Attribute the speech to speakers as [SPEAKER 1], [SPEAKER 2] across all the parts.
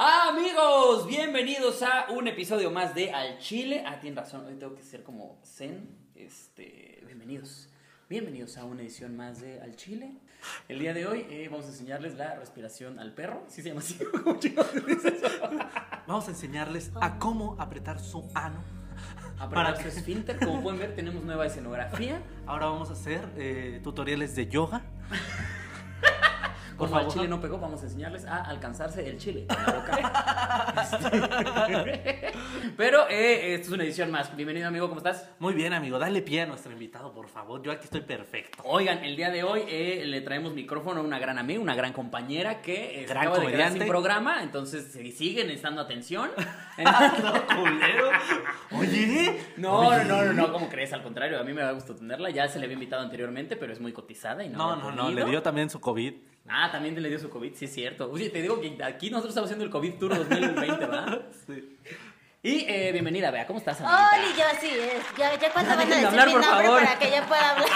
[SPEAKER 1] Amigos, bienvenidos a un episodio más de Al Chile. Ah, tienen razón, hoy tengo que ser como Zen. Este, bienvenidos. Bienvenidos a una edición más de Al Chile. El día de hoy eh, vamos a enseñarles la respiración al perro. ¿Sí se llama así? ¿Cómo chingados se dice Ah, eso?
[SPEAKER 2] Vamos a enseñarles a cómo apretar su ano.
[SPEAKER 1] Para su esfínter, como pueden ver, tenemos nueva escenografía.
[SPEAKER 2] Ahora vamos a hacer eh, tutoriales de yoga. Por
[SPEAKER 1] Como al
[SPEAKER 2] favor.
[SPEAKER 1] chile no pegó, vamos a enseñarles a alcanzarse el chile con la boca. Este, Pero eh, esta es una edición más. Bienvenido, amigo, ¿cómo estás?
[SPEAKER 2] Muy bien, amigo. Dale pie a nuestro invitado, por favor. Yo aquí estoy perfecto.
[SPEAKER 1] Oigan, el día de hoy eh, le traemos micrófono a una gran amiga, una gran compañera que eh, se
[SPEAKER 2] Gran
[SPEAKER 1] acaba de quedar sin
[SPEAKER 2] comediante.
[SPEAKER 1] programa, entonces eh, siguen estando atención.
[SPEAKER 2] No, culero. Oye.
[SPEAKER 1] No, no,
[SPEAKER 2] Oye.
[SPEAKER 1] no, no, no, ¿cómo crees? Al contrario, a mí me da gusto tenerla. Ya se le había invitado anteriormente, pero es muy cotizada y no.
[SPEAKER 2] No,
[SPEAKER 1] había
[SPEAKER 2] no, no.
[SPEAKER 1] podido.
[SPEAKER 2] Le dio también su COVID.
[SPEAKER 1] Ah, también le dio su COVID, sí, es cierto. Oye, te digo que aquí nosotros estamos haciendo el COVID Tour 2020, ¿verdad?
[SPEAKER 2] Sí.
[SPEAKER 1] Y eh, bienvenida, Bea, ¿cómo estás? amiguita?
[SPEAKER 3] Oli, yo así es. Ya, ya cuando
[SPEAKER 1] Ya
[SPEAKER 3] van a
[SPEAKER 1] dejen de
[SPEAKER 3] decir
[SPEAKER 1] hablar,
[SPEAKER 3] mi
[SPEAKER 1] por
[SPEAKER 3] nombre
[SPEAKER 1] favor.
[SPEAKER 3] para que yo pueda hablar.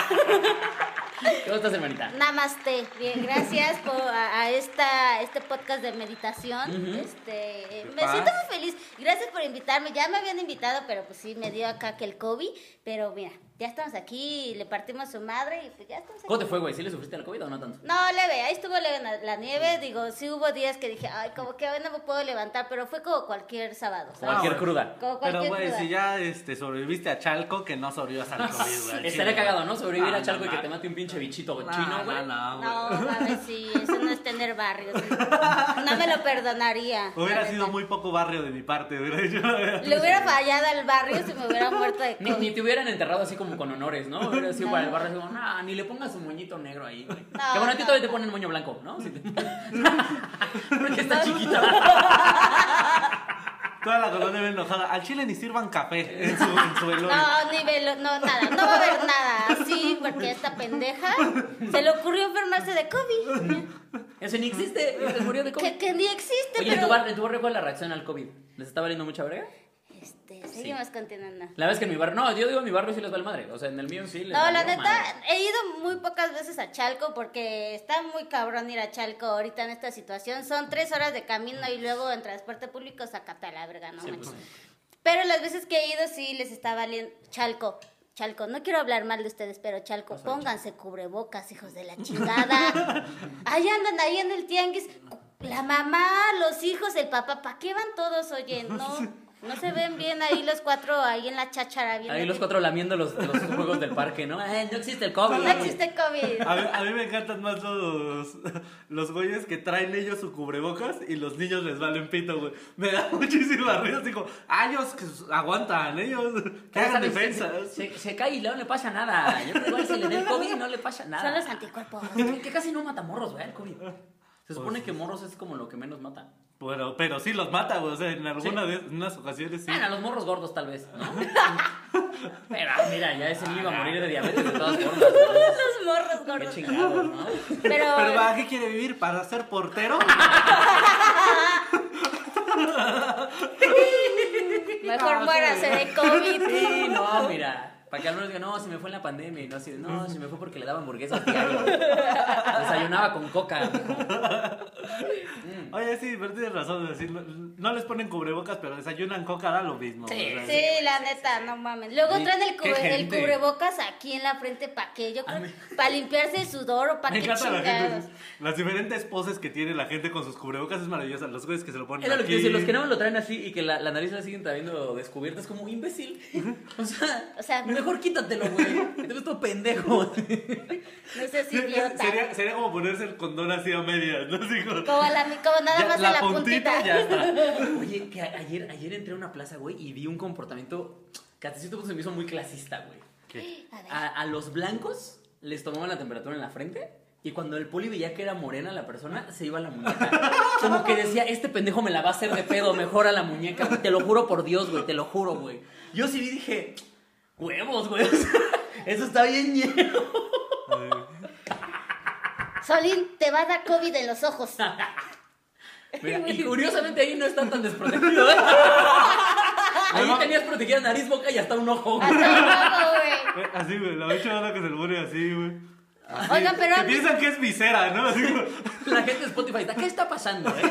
[SPEAKER 1] ¿Cómo estás, hermanita?
[SPEAKER 3] Namaste. Bien, gracias por a, a esta este podcast de meditación.
[SPEAKER 1] Ujú.
[SPEAKER 3] Este, eh, me
[SPEAKER 2] paz.
[SPEAKER 3] siento muy feliz. Gracias por invitarme. Ya me habían invitado, pero pues sí me dio acá que el COVID, pero mira, ya estamos aquí, le partimos su madre y pues ya estamos aquí.
[SPEAKER 1] ¿Cómo te fue, güey? ¿Sí le sufriste al COVID o no tanto?
[SPEAKER 3] No, leve, ahí estuvo leve la, la nieve, digo, sí hubo días que dije, ay, como que hoy no me puedo levantar, pero fue como cualquier sábado, ¿sabes?
[SPEAKER 1] Cualquier
[SPEAKER 2] No,
[SPEAKER 1] cruda.
[SPEAKER 2] Pero,
[SPEAKER 3] Como cualquier
[SPEAKER 2] güey,
[SPEAKER 3] duda.
[SPEAKER 2] si ya este, sobreviviste a Chalco, que no sobrevivas al COVID, güey. al
[SPEAKER 1] Estaría
[SPEAKER 2] chile,
[SPEAKER 1] cagado,
[SPEAKER 2] güey.
[SPEAKER 1] ¿no? Sobrevivir
[SPEAKER 2] Ah, No,
[SPEAKER 1] a Chalco
[SPEAKER 2] no,
[SPEAKER 1] y que
[SPEAKER 2] no.
[SPEAKER 1] te mate un pinche bichito
[SPEAKER 2] No,
[SPEAKER 1] chino, güey.
[SPEAKER 2] no, no, güey.
[SPEAKER 3] No, mames, sí, eso no es tener barrio. sí. No me lo perdonaría. la
[SPEAKER 2] Hubiera
[SPEAKER 3] neta.
[SPEAKER 2] sido muy poco barrio de mi parte. Hubiera dicho, la verdad.
[SPEAKER 3] Le hubiera fallado al barrio si me hubiera muerto de
[SPEAKER 1] Ni, ni
[SPEAKER 3] COVID.
[SPEAKER 1] te hubieran enterrado así como con honores, ¿no? Hubiera sido
[SPEAKER 3] No.
[SPEAKER 1] para el barrio así como, nah, ni le pongas un moñito negro ahí, güey.
[SPEAKER 3] No,
[SPEAKER 1] que bueno, a ti
[SPEAKER 3] no.
[SPEAKER 1] todavía te ponen moño blanco, ¿no? Si te- Porque está chiquita.
[SPEAKER 2] Toda la colonia bien enojada. Al chile ni sirvan café en su, en su velorio.
[SPEAKER 3] No, ni velo, no, nada, no va a haber nada así porque esta pendeja se le ocurrió enfermarse de COVID.
[SPEAKER 1] Ese ni existe, se murió de COVID.
[SPEAKER 3] Que, que ni existe,
[SPEAKER 1] Oye, ¿en
[SPEAKER 3] pero.
[SPEAKER 1] tu, barrio, ¿en tu barrio cuál es la reacción al COVID? ¿Les está valiendo mucha verga?
[SPEAKER 3] Este, seguimos continuando.
[SPEAKER 1] La vez que en mi barrio, no, yo digo en mi barrio sí les vale madre. O sea, en el mío sí les
[SPEAKER 3] No, la
[SPEAKER 1] valió
[SPEAKER 3] neta,
[SPEAKER 1] madre.
[SPEAKER 3] he ido muy pocas veces a Chalco porque está muy cabrón ir a Chalco ahorita en esta situación. Son tres horas de camino y luego en transporte público sacate la verga, no
[SPEAKER 1] Sí,
[SPEAKER 3] manches.
[SPEAKER 1] pues,
[SPEAKER 3] Pero las veces que he ido sí les está valiendo. Chalco, Chalco, no quiero hablar mal de ustedes, pero Chalco, pónganse cubrebocas, hijos de la chingada. Ahí andan, ahí en el tianguis. La mamá, los hijos, el papá, ¿para qué van todos? Oye, no. No se ven bien ahí los cuatro, ahí en la cháchara. viendo
[SPEAKER 1] Ahí los
[SPEAKER 3] que-
[SPEAKER 1] cuatro lamiendo los, los juegos del parque, ¿no? Eh, no existe el COVID. Ah.
[SPEAKER 3] No existe COVID.
[SPEAKER 2] A mí, a mí me encantan más los, los güeyes que traen ellos su cubrebocas y los niños les valen pito, güey. Me da muchísima risa. Digo, ah, ellos que s- aguantan, ellos que
[SPEAKER 1] Pero,
[SPEAKER 2] hagan
[SPEAKER 1] ¿sabes?
[SPEAKER 2] defensas.
[SPEAKER 1] Se, se- se cae y luego no le pasa nada. Yo creo que igual si le da el COVID no le pasa nada.
[SPEAKER 3] Son los anticuerpos.
[SPEAKER 1] Ah, Que- Que casi no mata morros, ¿verdad? El COVID. Se supone que morros es como lo que menos mata.
[SPEAKER 2] Bueno, pero sí los mata, güey. O sea, en alguna
[SPEAKER 1] Sí. Ah,
[SPEAKER 2] de en unas ocasiones sí.
[SPEAKER 1] Bueno, a los morros gordos tal vez, ¿no? Pero ah, mira, ya ese niño iba a morir de diabetes de todas formas. ¿no?
[SPEAKER 3] los morros
[SPEAKER 1] Qué
[SPEAKER 3] gordos.
[SPEAKER 1] chingados, ¿no?
[SPEAKER 3] Pero,
[SPEAKER 2] ¿Pero para qué quiere vivir? ¿Para ser portero?
[SPEAKER 3] mejor
[SPEAKER 2] No,
[SPEAKER 3] muérase
[SPEAKER 2] sí.
[SPEAKER 3] de COVID.
[SPEAKER 1] Sí, no, mira. Para que al menos diga, no, se me fue en la pandemia. Y no, así, de, no, se me fue porque le daba hamburguesas diario. Desayunaba con coca. Mm.
[SPEAKER 2] Oye, sí, pero tienes razón. de decir, no, no les ponen cubrebocas, pero desayunan coca, da lo mismo.
[SPEAKER 1] Sí,
[SPEAKER 2] o sea,
[SPEAKER 3] Sí, la neta, no mames. Luego
[SPEAKER 1] Sí,
[SPEAKER 3] traen el,
[SPEAKER 2] qué
[SPEAKER 3] cubre- el
[SPEAKER 2] gente.
[SPEAKER 3] cubrebocas aquí en la frente, ¿para qué? Yo creo, para limpiarse el sudor o para
[SPEAKER 2] Me
[SPEAKER 3] qué
[SPEAKER 2] encanta la
[SPEAKER 3] chingados.
[SPEAKER 2] gente. Las diferentes poses que tiene la gente con sus cubrebocas es maravillosa. Los güeyes que se lo ponen.
[SPEAKER 1] Era lo que
[SPEAKER 2] aquí.
[SPEAKER 1] yo decía, los que no me lo traen así y que la, la nariz la siguen trayendo descubierta, es como imbécil. O sea,
[SPEAKER 3] O sea,
[SPEAKER 1] mejor quítatelo, güey. Te ves todo pendejo.
[SPEAKER 3] No sé si
[SPEAKER 2] Sería,
[SPEAKER 3] idiota.
[SPEAKER 2] sería- sería como ponerse el condón así a medias, ¿no? Así como-
[SPEAKER 3] Como, a la, mi- como nada
[SPEAKER 2] Ya,
[SPEAKER 3] más a la puntita.
[SPEAKER 2] ya está.
[SPEAKER 1] Oye, que a- ayer, ayer entré a una plaza, güey, y vi un comportamiento que hasta cierto punto se me hizo muy clasista, güey.
[SPEAKER 3] A ver,
[SPEAKER 1] A, a los blancos les tomaban la temperatura en la frente. Y cuando el poli veía que era morena la persona, se iba a la muñeca. Como que decía, este pendejo me la va a hacer de pedo, mejor a la muñeca, güey. Te lo juro por Dios, güey, te lo juro, güey. Yo sí vi, dije, huevos, güey. o sea, Eso está bien lleno.
[SPEAKER 3] Solín, te va a dar COVID en los ojos.
[SPEAKER 2] Ah.
[SPEAKER 1] Mira, y curiosamente ahí no están tan desprotegidos. ¿eh? Ahí tenías protegida nariz, boca y hasta un ojo. güey.
[SPEAKER 3] Hasta luego, güey.
[SPEAKER 2] Así, güey, la bicha ahora que se lo pone así, güey. Así,
[SPEAKER 3] Oigan, pero
[SPEAKER 2] Que
[SPEAKER 3] han-
[SPEAKER 2] piensan que es visera, ¿no? Así como,
[SPEAKER 1] La gente de Spotify está, ¿qué está pasando? eh?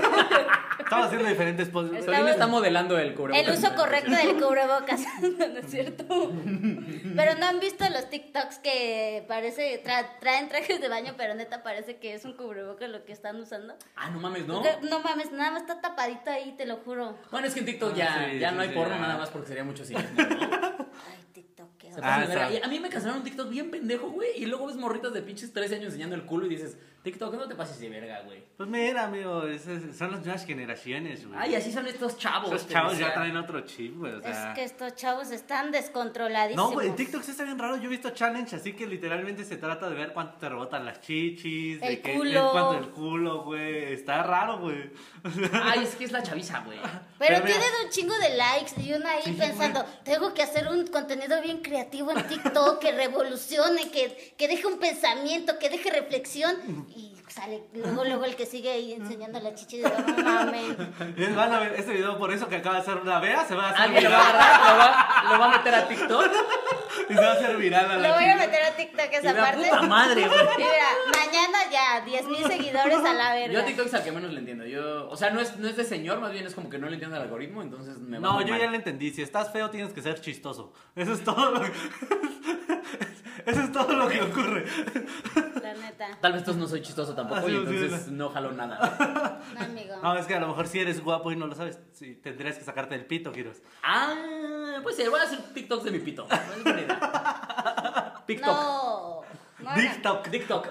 [SPEAKER 2] estaba haciendo diferentes poses.
[SPEAKER 3] Está-
[SPEAKER 1] Solín está modelando el cubrebocas.
[SPEAKER 3] El uso correcto del cubrebocas, no, no es cierto. Pero no han visto los TikToks que parece tra- traen trajes de baño, pero neta parece que es un cubrebocas lo que están usando.
[SPEAKER 1] Ah, no mames, ¿no?
[SPEAKER 3] Que- No mames, nada más está tapadito ahí, te lo juro.
[SPEAKER 1] Bueno, es que en TikTok
[SPEAKER 2] Ah,
[SPEAKER 1] ya,
[SPEAKER 2] sí,
[SPEAKER 1] ya
[SPEAKER 2] sí,
[SPEAKER 1] no hay
[SPEAKER 2] sí,
[SPEAKER 1] porno
[SPEAKER 2] ya.
[SPEAKER 1] nada más porque sería mucho cinismo, ¿no?
[SPEAKER 3] Ay, TikTok, qué
[SPEAKER 1] Se
[SPEAKER 3] horror.
[SPEAKER 1] pasan de
[SPEAKER 2] Ah,
[SPEAKER 1] verga.
[SPEAKER 2] está.
[SPEAKER 1] Y A mí me cancelaron un TikTok bien pendejo, güey. Y luego ves morritas de pinches 13 años enseñando el culo y dices, TikTok, no te pases de verga, güey.
[SPEAKER 2] Pues mira, amigo, esas son las nuevas generaciones, güey.
[SPEAKER 1] Ay, así son estos chavos.
[SPEAKER 2] Esos
[SPEAKER 1] te
[SPEAKER 2] chavos
[SPEAKER 1] decía.
[SPEAKER 2] ya traen otro chip, güey. O sea.
[SPEAKER 3] Es que estos chavos están descontroladísimos.
[SPEAKER 2] ah. No, güey, en TikTok sí está bien raro. Yo he visto challenge, así que literalmente se trata de ver cuánto te rebotan las chichis, de
[SPEAKER 3] El
[SPEAKER 2] qué
[SPEAKER 3] culo.
[SPEAKER 2] es cuánto el culo, güey. Está raro, güey.
[SPEAKER 1] Ay, es que es la chaviza, güey.
[SPEAKER 3] Pero
[SPEAKER 2] Pero mira.
[SPEAKER 3] tienen un chingo de likes y una ahí
[SPEAKER 2] Sí,
[SPEAKER 3] pensando, tengo que hacer un contenido bien creativo en TikTok que revolucione, que, que deje un pensamiento, que deje reflexión. Y sale luego, luego el que sigue ahí enseñando la chichi de no mames.
[SPEAKER 2] Es- Van a ver este video por eso que acaba de hacer una vea, se va a hacer
[SPEAKER 3] Ah,
[SPEAKER 1] Alguien lo
[SPEAKER 2] viral.
[SPEAKER 1] va a agarrar, lo va, lo va a meter a TikTok.
[SPEAKER 2] Y se va a hacer viral a
[SPEAKER 3] Lo
[SPEAKER 2] la
[SPEAKER 3] voy a
[SPEAKER 2] chica.
[SPEAKER 3] meter a TikTok
[SPEAKER 1] Y
[SPEAKER 3] esa
[SPEAKER 1] la
[SPEAKER 3] parte.
[SPEAKER 1] puta madre, güey.
[SPEAKER 3] Y Mira, mañana ya, 10 mil seguidores a la
[SPEAKER 1] Yo a
[SPEAKER 3] verga.
[SPEAKER 1] TikTok es al que menos le entiendo. Yo, o sea, no es, no es de señor, más bien es como que no le entiendo al algoritmo, entonces me va
[SPEAKER 2] No,
[SPEAKER 1] muy
[SPEAKER 2] yo
[SPEAKER 1] mal.
[SPEAKER 2] ya lo entendí. Si estás feo, tienes que ser chistoso. Eso es todo lo que... Eso es todo lo que ocurre.
[SPEAKER 3] La neta.
[SPEAKER 1] Tal vez entonces no soy chistoso tampoco
[SPEAKER 2] Así
[SPEAKER 1] y
[SPEAKER 2] lo
[SPEAKER 1] entonces
[SPEAKER 2] siento.
[SPEAKER 1] no jalo nada.
[SPEAKER 3] No, amigo.
[SPEAKER 2] No, es que a lo mejor si eres guapo y no lo sabes, sí, tendrías que sacarte el pito, Giros.
[SPEAKER 1] Ah, pues sí, voy a hacer TikToks de mi pito. No es buena idea. TikTok.
[SPEAKER 3] No. no hagan.
[SPEAKER 2] TikTok.
[SPEAKER 1] TikTok.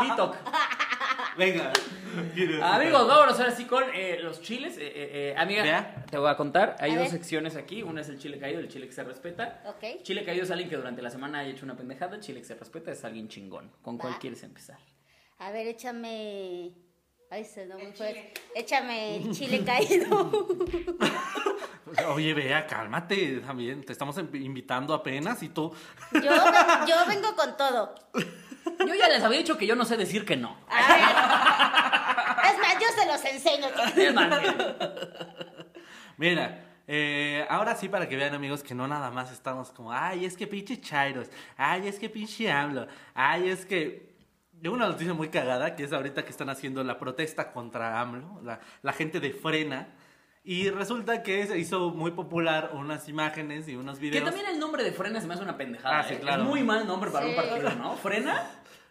[SPEAKER 1] TikTok.
[SPEAKER 2] Venga. Giros.
[SPEAKER 1] Amigos, vámonos ahora sí con eh, los chiles. Eh, eh, eh, amiga,
[SPEAKER 2] Vea.
[SPEAKER 1] te voy a contar. Hay
[SPEAKER 3] A
[SPEAKER 1] dos
[SPEAKER 3] ver.
[SPEAKER 1] secciones aquí. Una es el chile caído, el chile que se respeta.
[SPEAKER 3] Ok.
[SPEAKER 1] Chile caído es alguien que durante la semana haya hecho una pendejada. Chile que se respeta es alguien chingón. ¿Con cuál
[SPEAKER 3] Va.
[SPEAKER 1] quieres empezar?
[SPEAKER 3] A ver, échame. Ay, se no muy fuerte. Échame el chile caído.
[SPEAKER 2] Oye, vea, cálmate también. Te estamos en- invitando apenas y tú.
[SPEAKER 3] Yo, ven- yo vengo con todo.
[SPEAKER 1] Yo ya les había dicho que yo no sé decir que no.
[SPEAKER 3] A ver. Es más, yo se los enseño.
[SPEAKER 1] Es más, mira,
[SPEAKER 2] Mira, eh, ahora sí para que vean, amigos, que no nada más estamos como, ay, es que pinche Chairos, ay, es que pinche AMLO, ay, es que. De una noticia muy cagada, que es ahorita que están haciendo la protesta contra AMLO, la, la gente de frena. Y resulta que se hizo muy popular unas imágenes y unos
[SPEAKER 1] que
[SPEAKER 2] videos.
[SPEAKER 1] también el nombre de Frena se me hace una pendejada.
[SPEAKER 2] Ah, sí,
[SPEAKER 1] ¿eh?
[SPEAKER 2] claro.
[SPEAKER 1] Es muy mal nombre para un
[SPEAKER 3] Sí.
[SPEAKER 1] partido, ¿no? Frena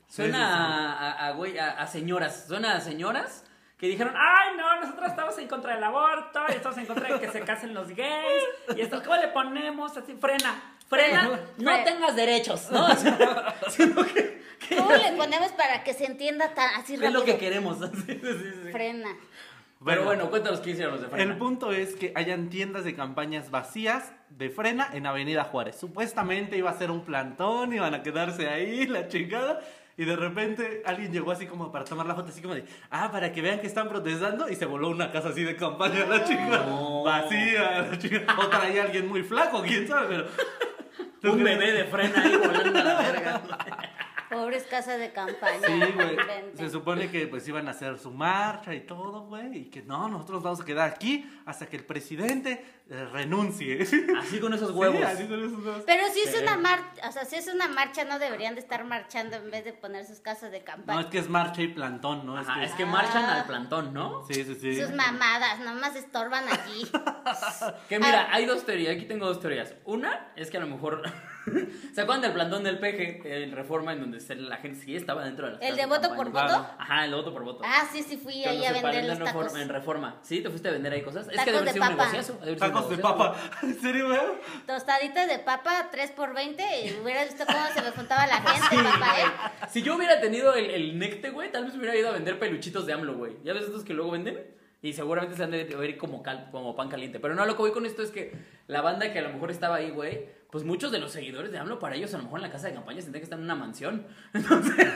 [SPEAKER 1] suena
[SPEAKER 2] sí, sí.
[SPEAKER 1] A, a- a güey- a- a señoras. Suena a señoras que dijeron, ay, no, nosotros estamos en contra del aborto y estamos en contra de que se casen los gays. Y esto, ¿cómo le ponemos así? Frena. Frena, no
[SPEAKER 3] Frena.
[SPEAKER 1] tengas derechos, ¿no? O sea, sino que, que
[SPEAKER 3] ¿Cómo le ponemos para que se entienda tan así
[SPEAKER 1] es
[SPEAKER 3] rápido?
[SPEAKER 1] lo que queremos. Sí, sí, sí.
[SPEAKER 3] Frena.
[SPEAKER 1] Pero bueno, cuéntanos qué hicieron los de Frena.
[SPEAKER 2] El punto es que hayan tiendas de campañas vacías de frena en Avenida Juárez. Supuestamente iba a ser un plantón, iban a quedarse ahí, la chingada. Y de repente alguien llegó así como para tomar la foto, así como de, ah, para que vean que están protestando. Y se voló una casa así de campaña, la chingada. Vacía, la chingada. O traía a alguien muy flaco, quién sabe, pero.
[SPEAKER 1] Un bebé de Frena ahí volando a la verga.
[SPEAKER 3] Pobres casas de campaña.
[SPEAKER 2] Sí, güey.
[SPEAKER 3] Vente.
[SPEAKER 2] Se supone que pues iban a hacer su marcha y todo, güey. Y que no, nosotros vamos a quedar aquí hasta que el presidente eh, renuncie.
[SPEAKER 1] Así con esos huevos.
[SPEAKER 2] Sí, así son esos dos.
[SPEAKER 3] Pero si es
[SPEAKER 1] Sí.
[SPEAKER 3] una marcha, o sea, si es una marcha, no deberían de estar marchando en vez de poner sus casas de
[SPEAKER 2] No,
[SPEAKER 3] campaña.
[SPEAKER 2] es que es marcha y plantón, ¿no?
[SPEAKER 1] Ajá, es
[SPEAKER 2] es
[SPEAKER 1] que
[SPEAKER 2] que...
[SPEAKER 1] marchan
[SPEAKER 3] Ah.
[SPEAKER 1] al plantón, ¿no?
[SPEAKER 2] Sí, sí, sí.
[SPEAKER 3] Sus mamadas, nomás estorban allí.
[SPEAKER 1] Que mira,
[SPEAKER 3] Ah.
[SPEAKER 1] hay dos teorías, aquí tengo dos teorías. Una es que a lo mejor... ¿Se acuerdan del plantón del peje en Reforma en donde se- la gente sí estaba dentro de las
[SPEAKER 3] ¿El
[SPEAKER 1] casas
[SPEAKER 3] de voto
[SPEAKER 1] campaña?
[SPEAKER 3] por voto?
[SPEAKER 2] Claro.
[SPEAKER 1] Ajá, el de voto por voto.
[SPEAKER 3] Ah, sí, sí, fui
[SPEAKER 1] Que
[SPEAKER 3] ahí
[SPEAKER 1] nos
[SPEAKER 3] a vender
[SPEAKER 1] separé
[SPEAKER 3] los
[SPEAKER 1] en Reforma-
[SPEAKER 3] tacos.
[SPEAKER 1] En Reforma. Sí, te fuiste a vender ahí cosas. Es que
[SPEAKER 3] Tacos
[SPEAKER 1] debe haber
[SPEAKER 3] de
[SPEAKER 1] sido un
[SPEAKER 3] papa.
[SPEAKER 1] negociazo. debe haber sido un
[SPEAKER 2] Tacos de
[SPEAKER 1] negociazo.
[SPEAKER 2] papa. ¿En serio, güey?
[SPEAKER 3] Tostaditas de papa 3 por 20 y hubieras visto cómo se me juntaba la gente, papá, ¿eh?
[SPEAKER 1] Si yo hubiera tenido el, el necte, güey, tal vez hubiera ido a vender peluchitos de AMLO, güey. Ya ves estos que luego venden y seguramente se han de ver como, cal- como pan caliente. Pero no, lo que voy con esto es que la banda que a lo mejor estaba ahí, güey, pues muchos de los seguidores de AMLO para ellos a lo mejor en la casa de campaña sentían que están en una mansión. Entonces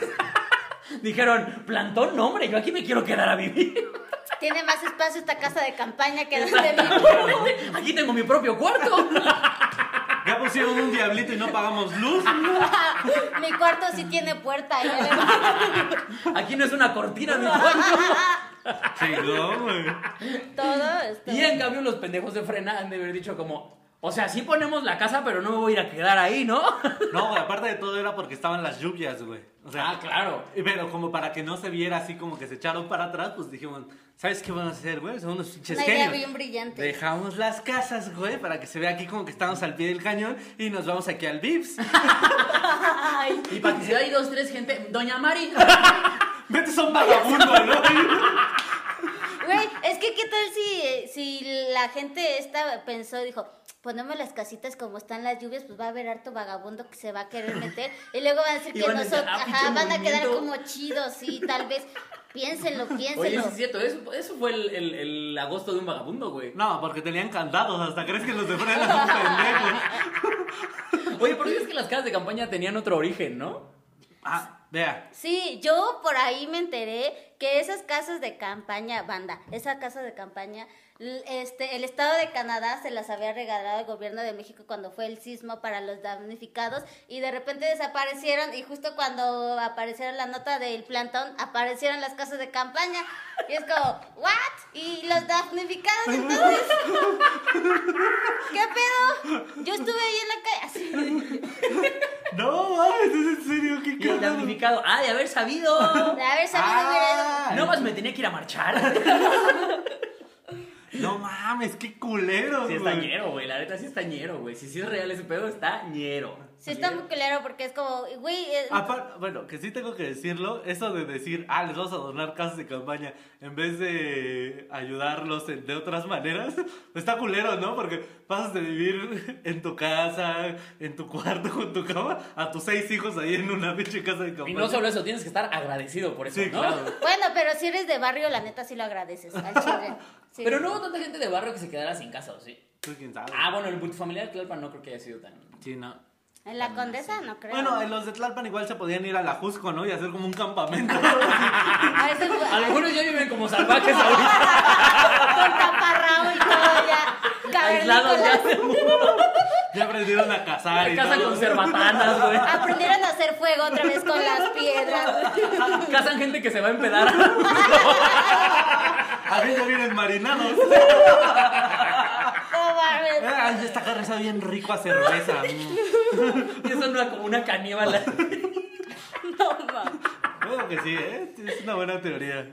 [SPEAKER 1] dijeron, plantón, no, hombre, yo aquí me quiero quedar a vivir.
[SPEAKER 3] Tiene más espacio esta casa de campaña que donde vivo.
[SPEAKER 1] Exactamente. Aquí tengo mi propio cuarto.
[SPEAKER 2] Ya pusieron un diablito y no pagamos luz.
[SPEAKER 3] Mi cuarto sí tiene puerta. ¿eh?
[SPEAKER 1] Aquí no es una cortina, mi cuarto.
[SPEAKER 2] Chingón, güey.
[SPEAKER 3] Todo esto.
[SPEAKER 1] Y en cambio los pendejos de frena han de haber dicho como, O sea, sí ponemos la casa, pero no me voy a ir a quedar ahí, ¿no?
[SPEAKER 2] No, güey, aparte de todo era porque estaban las lluvias, güey. O sea,
[SPEAKER 1] Ah, claro.
[SPEAKER 2] y Pero como para que no se viera así como que se echaron para atrás, pues dijimos, ¿sabes qué van a hacer, güey? Son unos pinches
[SPEAKER 3] Una idea
[SPEAKER 2] genios.
[SPEAKER 3] bien brillante.
[SPEAKER 2] Dejamos las casas, güey, para que se vea aquí como que estamos al pie del cañón y nos vamos aquí al Vips.
[SPEAKER 3] Ay,
[SPEAKER 1] Y para que si hay dos, tres gente. Doña Mari.
[SPEAKER 2] Vete, son vagabundos, ¿no?
[SPEAKER 3] Güey, es que qué tal si, eh, si la gente esta pensó, dijo, ponemos las casitas como están las lluvias, pues va a haber harto vagabundo que se va a querer meter. Y luego van a decir
[SPEAKER 1] Y
[SPEAKER 3] que
[SPEAKER 1] van a decir,
[SPEAKER 3] nosotros,
[SPEAKER 1] "Ah, pinche
[SPEAKER 3] ajá, van a quedar
[SPEAKER 1] movimiento".
[SPEAKER 3] como chidos, sí, tal vez. Piénsenlo,
[SPEAKER 1] Oye,
[SPEAKER 3] piénsenlo.
[SPEAKER 1] sí es cierto, eso, eso fue el, el- el agosto de un vagabundo, güey.
[SPEAKER 2] No, porque tenían candados, hasta crees que los de frena son pendejos.
[SPEAKER 1] Oye, ¿por qué es que las casas de campaña tenían otro origen, no?
[SPEAKER 2] Ah, vea.
[SPEAKER 3] Sí, yo por ahí me enteré que esas casas de campaña, banda, esa casa de campaña, l- este, el Estado de Canadá se las había regalado al gobierno de México cuando fue el sismo para los damnificados y de repente desaparecieron y justo cuando aparecieron la nota del plantón, aparecieron las casas de campaña y es como, ¿what? Y los damnificados entonces, ¿qué pedo? Yo estuve ahí en la calle, así.
[SPEAKER 2] No, mames, es en serio, qué
[SPEAKER 1] Y el
[SPEAKER 2] cagado.
[SPEAKER 1] damnificado, ah, de haber sabido.
[SPEAKER 3] de haber sabido hubiera ido.
[SPEAKER 2] Ah,
[SPEAKER 1] No más me tenía que ir a marchar.
[SPEAKER 2] No mames, qué culero,
[SPEAKER 1] Sí,
[SPEAKER 2] güey.
[SPEAKER 1] está ñero, güey. La neta sí está ñero, güey. Si sí es real ese pedo, está ñero.
[SPEAKER 3] Sí, está muy claro porque es como, güey, eh,
[SPEAKER 2] Apar- bueno, que sí tengo que decirlo, eso de decir, ah, les vamos a donar casas de campaña, en vez de ayudarlos en- de otras maneras, está culero, ¿no? Porque pasas de vivir en tu casa, en tu cuarto, con tu cama, a tus seis hijos ahí en una pinche casa de
[SPEAKER 1] Y
[SPEAKER 2] campaña.
[SPEAKER 1] no solo eso, tienes que estar agradecido por eso,
[SPEAKER 2] Sí,
[SPEAKER 1] ¿no?
[SPEAKER 2] claro.
[SPEAKER 3] Bueno, pero si eres de barrio, la neta sí lo agradeces al chile. Sí.
[SPEAKER 1] Pero no hubo tanta gente de barrio que se quedara sin casa, ¿o sí?
[SPEAKER 2] Tú Pues, quién sabe.
[SPEAKER 1] Ah, bueno, el multifamiliar Tlalpan no creo que haya sido tan...
[SPEAKER 2] Sí, no.
[SPEAKER 3] En la condesa no creo.
[SPEAKER 2] Bueno, en los de Tlalpan igual se podían ir a la Jusco, ¿no? Y hacer como un campamento.
[SPEAKER 3] A veces con
[SPEAKER 1] Algunos ya viven como salvajes ahorita,
[SPEAKER 3] taparrabo y todo ya.
[SPEAKER 1] aislados ya
[SPEAKER 3] cavernícolas.
[SPEAKER 1] del mundo.
[SPEAKER 2] ya aprendieron a cazar.
[SPEAKER 1] La
[SPEAKER 2] y
[SPEAKER 1] casa
[SPEAKER 2] todo.
[SPEAKER 1] con cerbatanas, güey.
[SPEAKER 3] Aprendieron a hacer fuego otra vez con las piedras.
[SPEAKER 1] Casan gente que se va a empedar.
[SPEAKER 2] A mí ya vienen marinados.
[SPEAKER 3] No mames.
[SPEAKER 2] Ay, esta carne está bien rico a cerveza. mm.
[SPEAKER 1] Y eso no como una caníbala.
[SPEAKER 3] No mames.
[SPEAKER 2] Creo que sí, ¿eh? es una buena teoría.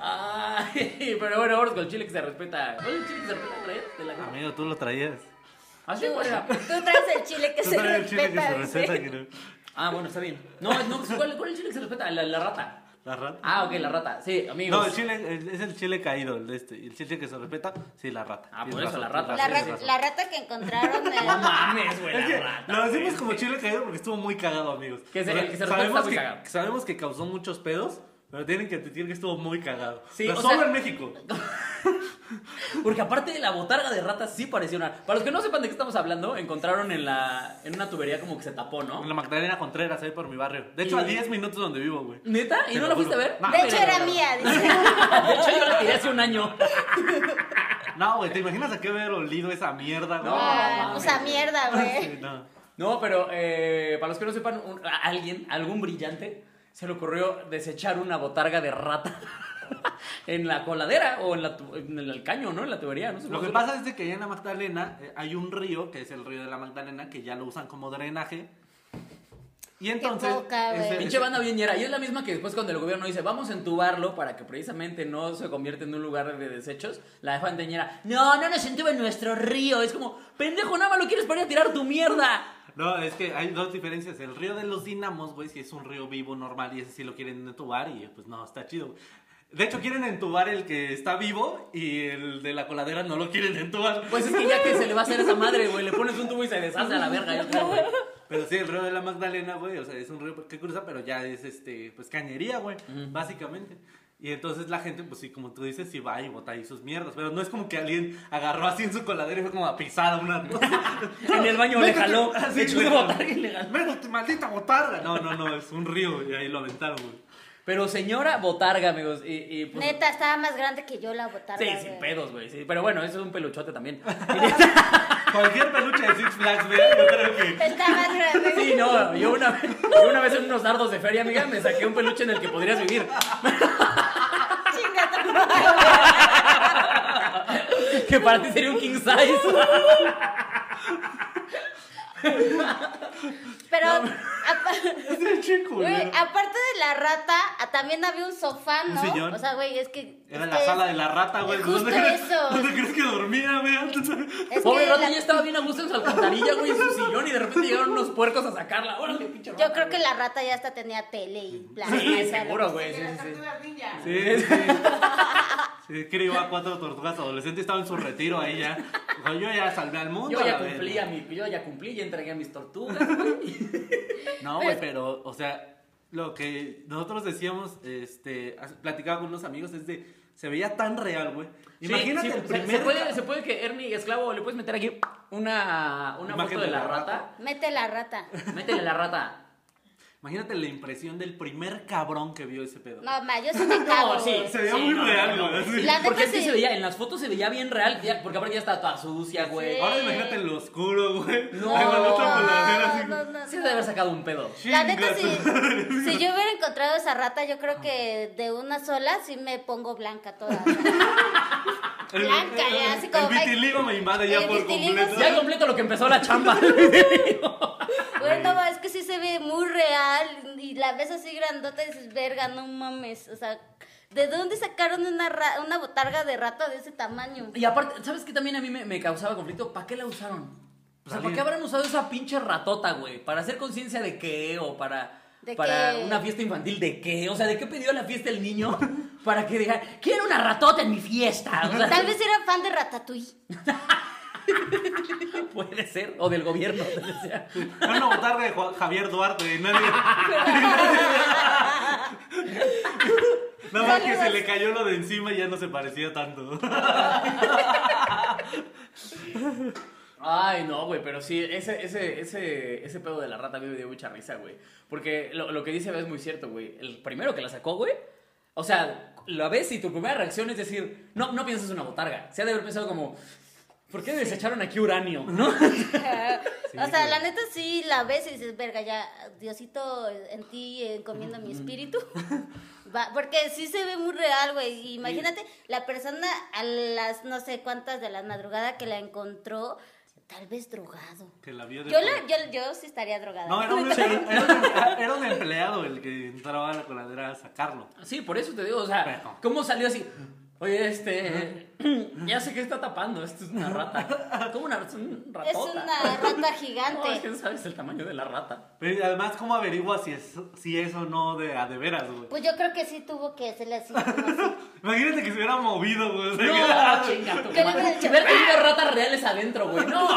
[SPEAKER 1] Ay, pero bueno, vamos con el chile que se respeta. ¿Cuál es el chile que se respeta traer? De la cama.
[SPEAKER 2] Amigo, tú lo traías.
[SPEAKER 1] Así
[SPEAKER 3] Tú,
[SPEAKER 1] cuál era.
[SPEAKER 3] tú traes el chile que
[SPEAKER 2] Tú
[SPEAKER 3] se
[SPEAKER 2] traes el chile que
[SPEAKER 3] respeta.
[SPEAKER 2] se
[SPEAKER 3] dice.
[SPEAKER 2] receta. Que no-
[SPEAKER 1] Ah, bueno, está bien. No, no, ¿cuál, cuál es el chile que se respeta? La, la rata.
[SPEAKER 2] La rata.
[SPEAKER 1] Ah, ok, la rata. Sí, amigos.
[SPEAKER 2] No, el chile, el- es el chile caído, el de este. Y el chile que se respeta, sí, la rata.
[SPEAKER 1] Ah, por
[SPEAKER 2] Tienes
[SPEAKER 1] eso, la
[SPEAKER 2] razón,
[SPEAKER 1] rata.
[SPEAKER 3] La,
[SPEAKER 2] tienes
[SPEAKER 3] ra-
[SPEAKER 2] razón.
[SPEAKER 3] la rata que encontraron en-
[SPEAKER 1] No mames, güey,
[SPEAKER 2] Es
[SPEAKER 1] la
[SPEAKER 2] que
[SPEAKER 1] rata.
[SPEAKER 2] lo decimos
[SPEAKER 1] güey.
[SPEAKER 2] como chile caído porque estuvo muy cagado, amigos.
[SPEAKER 1] Que se-
[SPEAKER 2] O sea,
[SPEAKER 1] el que se respeta
[SPEAKER 2] sabemos
[SPEAKER 1] está muy
[SPEAKER 2] que,
[SPEAKER 1] cagado.
[SPEAKER 2] que Sabemos que causó muchos pedos, pero tienen que admitir que estuvo muy cagado.
[SPEAKER 1] Sí,
[SPEAKER 2] pero
[SPEAKER 1] o
[SPEAKER 2] solo
[SPEAKER 1] sea-
[SPEAKER 2] en México.
[SPEAKER 1] Porque aparte de la botarga de ratas sí pareció una. Para los que no sepan de qué estamos hablando, encontraron en la en una tubería como que se tapó,
[SPEAKER 2] En
[SPEAKER 1] ¿no?
[SPEAKER 2] la Magdalena Contreras, ahí por mi barrio. De hecho,
[SPEAKER 1] Y-
[SPEAKER 2] a 10 minutos donde vivo, güey.
[SPEAKER 1] ¿Neta? ¿Y
[SPEAKER 2] Te
[SPEAKER 1] no
[SPEAKER 2] lo
[SPEAKER 1] la fuiste a
[SPEAKER 2] juro.
[SPEAKER 1] ver?
[SPEAKER 2] No.
[SPEAKER 3] De hecho
[SPEAKER 1] Pero-
[SPEAKER 3] era mía, dice.
[SPEAKER 1] De hecho yo la tiré hace un año.
[SPEAKER 2] No, güey, ¿te imaginas a qué haber olido esa mierda, güey?
[SPEAKER 1] No,
[SPEAKER 3] Ah,
[SPEAKER 1] mames.
[SPEAKER 3] o sea, mierda,
[SPEAKER 2] Sí,
[SPEAKER 3] güey.
[SPEAKER 2] no.
[SPEAKER 1] No, pero eh, para los que no sepan, un- a alguien, algún brillante, se le ocurrió desechar una botarga de rata en la coladera o en, la tu- en el caño, ¿no? En la tubería, no sé.
[SPEAKER 2] Lo que
[SPEAKER 1] cómo
[SPEAKER 2] pasa es de que allá en la Magdalena eh, hay un río, que es el río de la Magdalena, que ya lo usan como drenaje. Y entonces...
[SPEAKER 3] poca, güey.
[SPEAKER 1] se- Pinche banda bien ñera. Y es la misma que después cuando el gobierno dice, vamos a entubarlo para que precisamente no se convierta en un lugar de desechos, la dejan de ñera. No, no nos entuba en nuestro río. Es como, pendejo, nada más lo quieres para ir a tirar tu mierda.
[SPEAKER 2] No, es que hay dos diferencias. El río de los dinamos, güey, si es un río vivo normal y ese sí lo quieren entubar y pues no, está chido. güey. De hecho, quieren entubar el que está vivo y el de la coladera no lo quieren entubar.
[SPEAKER 1] Pues es que ya que se le va a hacer esa madre, güey, le pones un tubo y se deshace a la verga. yo creo, güey.
[SPEAKER 2] Pero sí, el río de la Magdalena, güey, o sea, es un río que cruza, pero ya es, este, pues cañería, güey, básicamente. Y entonces la gente, pues sí, como tú dices, sí va y bota ahí sus mierdas, pero no es como que alguien agarró así en su coladera y fue como a pisar a una...
[SPEAKER 1] En el baño le
[SPEAKER 2] Métete-
[SPEAKER 1] jaló,
[SPEAKER 2] así,
[SPEAKER 1] se echó
[SPEAKER 2] le
[SPEAKER 1] de
[SPEAKER 2] jaló.
[SPEAKER 1] botarga y le jaló.
[SPEAKER 2] ¡Métete, maldita botarga! No, no, no, es un río y ahí lo aventaron, güey.
[SPEAKER 1] Pero señora botarga, amigos, y, y, pues,
[SPEAKER 3] Neta, estaba más grande que yo la botarga.
[SPEAKER 1] Sí,
[SPEAKER 3] güey.
[SPEAKER 1] sin pedos, güey. sí. Pero bueno, eso es un peluchote también.
[SPEAKER 2] Cualquier peluche de Six Flags, güey, yo creo que...
[SPEAKER 3] Está más grande.
[SPEAKER 1] Sí, no, yo una, vez, yo una vez en unos dardos de feria, amiga, me saqué un peluche en el que podrías vivir.
[SPEAKER 3] Chinga tu
[SPEAKER 1] Que para ti sería un king size.
[SPEAKER 3] Pero apa-
[SPEAKER 2] Es el chico,
[SPEAKER 3] Güey,
[SPEAKER 2] güey.
[SPEAKER 3] aparte de la rata, ah, también había un sofá,
[SPEAKER 2] Un
[SPEAKER 3] ¿no?
[SPEAKER 2] sillón.
[SPEAKER 3] O sea, güey, es que.
[SPEAKER 2] Era
[SPEAKER 3] es
[SPEAKER 2] la
[SPEAKER 3] que-
[SPEAKER 2] sala de la rata, güey.
[SPEAKER 3] Justo
[SPEAKER 2] ¿Dónde crees-
[SPEAKER 3] eso.
[SPEAKER 2] ¿Dónde crees que dormía, güey?
[SPEAKER 3] es
[SPEAKER 1] Pobre
[SPEAKER 3] que
[SPEAKER 1] rata
[SPEAKER 3] la-
[SPEAKER 1] ya estaba bien a gusto en su alcantarilla, güey, en su sillón, y de repente llegaron unos puercos a sacarla. Órale, pinche rata.
[SPEAKER 3] Yo creo que la rata ya hasta tenía tele y planeta.
[SPEAKER 1] Sí,
[SPEAKER 3] o sea,
[SPEAKER 1] seguro,
[SPEAKER 3] lo-
[SPEAKER 1] güey. Sí, sí, sí.
[SPEAKER 4] Tortugas ninja.
[SPEAKER 2] Sí, sí. Sí, que iba a cuatro tortugas adolescentes, estaba en su retiro ahí ya. Dijo, Yo ya salvé al mundo.
[SPEAKER 1] Yo
[SPEAKER 2] a
[SPEAKER 1] ya
[SPEAKER 2] la verga".
[SPEAKER 1] cumplí, a mi, yo ya cumplí, ya entregué a mis tortugas, güey.
[SPEAKER 2] No, güey, pero, o sea, lo que nosotros decíamos, este, as- platicaba con unos amigos, es de, se veía tan real, güey.
[SPEAKER 1] Sí,
[SPEAKER 2] Imagínate
[SPEAKER 1] sí,
[SPEAKER 2] el
[SPEAKER 1] se-
[SPEAKER 2] primer...
[SPEAKER 1] Se puede, se puede que Ernie Esclavo le puedes meter aquí una, una
[SPEAKER 2] Imagen
[SPEAKER 1] foto de la rata.
[SPEAKER 3] Mete la rata.
[SPEAKER 1] Métele la rata.
[SPEAKER 2] Imagínate la impresión del primer cabrón que vio ese pedo.
[SPEAKER 3] No, ma, yo sí me cago.
[SPEAKER 1] No, sí,
[SPEAKER 3] güey.
[SPEAKER 2] se veía
[SPEAKER 1] Sí,
[SPEAKER 2] muy
[SPEAKER 1] no,
[SPEAKER 2] real,
[SPEAKER 1] no, no.
[SPEAKER 2] güey. así.
[SPEAKER 3] La- neta
[SPEAKER 1] Porque es que
[SPEAKER 3] sí.
[SPEAKER 1] se veía, en las fotos se veía bien real, ya- porque aparte ya estaba toda sucia, güey.
[SPEAKER 3] Sí.
[SPEAKER 2] Ahora imagínate en lo oscuro, güey.
[SPEAKER 1] No.
[SPEAKER 2] Ahí va la otra coladera, así.
[SPEAKER 3] no, no, no.
[SPEAKER 1] Sí, se debe haber sacado un pedo.
[SPEAKER 3] La neta, si,
[SPEAKER 2] Chinga tu
[SPEAKER 3] si yo hubiera encontrado esa rata, yo creo que de una sola sí me pongo blanca toda. o sea. Blanca, ya, así como,
[SPEAKER 2] El vitiligo me invade ya
[SPEAKER 3] el
[SPEAKER 2] por
[SPEAKER 3] vitiligo
[SPEAKER 2] completo.
[SPEAKER 3] sí.
[SPEAKER 1] Ya completo lo que empezó la chamba.
[SPEAKER 3] Bueno, ma, es que sí se ve muy real y la ves así grandota y dices, verga, no mames. O sea, ¿de dónde sacaron una, ra- una botarga de rata de ese tamaño?
[SPEAKER 1] y aparte, ¿sabes qué también a mí me, me causaba conflicto? ¿Para qué la usaron? O sea, ¿para
[SPEAKER 2] También.
[SPEAKER 1] qué habrán usado esa pinche ratota, güey? ¿Para hacer conciencia de qué? ¿O para,
[SPEAKER 3] ¿De
[SPEAKER 1] para
[SPEAKER 3] qué?
[SPEAKER 1] una fiesta infantil de qué? O sea, ¿de qué pidió la fiesta el niño? Para que diga, quiero una ratota en mi fiesta. O sea,
[SPEAKER 3] Tal vez era fan de Ratatouille.
[SPEAKER 1] Puede ser. O del gobierno. o sea.
[SPEAKER 2] Era una botarga de Ju- Javier Duarte. Nadie. Nada más que se le cayó lo de encima y ya no se parecía tanto.
[SPEAKER 1] Ay, no, güey, pero sí, ese, ese, ese, ese pedo de la rata a mí me dio mucha risa, güey. Porque lo, lo que dice Bea es muy cierto, güey. El primero que la sacó, güey. O sea, la ves y tu primera reacción es decir, no, no piensas una botarga. Se ha de haber pensado como, ¿por qué desecharon aquí uranio? ¿No?
[SPEAKER 3] o sea,
[SPEAKER 2] güey.
[SPEAKER 3] la neta sí la ves y dices, verga, ya, Diosito, en ti eh, encomiendo mi espíritu. Va, porque sí se ve muy real, güey. Y Imagínate, la persona a las no sé cuántas de la madrugada que la encontró, tal vez drogado.
[SPEAKER 2] Que la vio de
[SPEAKER 3] Yo, la- yo, yo sí estaría drogada.
[SPEAKER 2] No, era un, era, un- era un empleado el que entraba a la coladera a sacarlo.
[SPEAKER 1] Sí, por eso te digo, o sea,
[SPEAKER 2] Pero.
[SPEAKER 1] ¿cómo salió así? Oye, este, ya sé que está tapando, esto es una rata. ¿Cómo una, es un ratota?
[SPEAKER 3] es una rata
[SPEAKER 1] No, es
[SPEAKER 3] gigante.
[SPEAKER 1] que no sabes el tamaño de la rata.
[SPEAKER 2] Pero y además, ¿cómo averigua si es, si es o no de a de veras, güey?
[SPEAKER 3] Pues yo creo que sí tuvo que hacerle así.
[SPEAKER 2] Imagínate que se hubiera movido, güey. o sea,
[SPEAKER 1] No, chinga tu
[SPEAKER 3] Yo le
[SPEAKER 1] madre.
[SPEAKER 3] hubiera dicho-
[SPEAKER 1] Hubiera tenido ratas reales adentro, güey. No.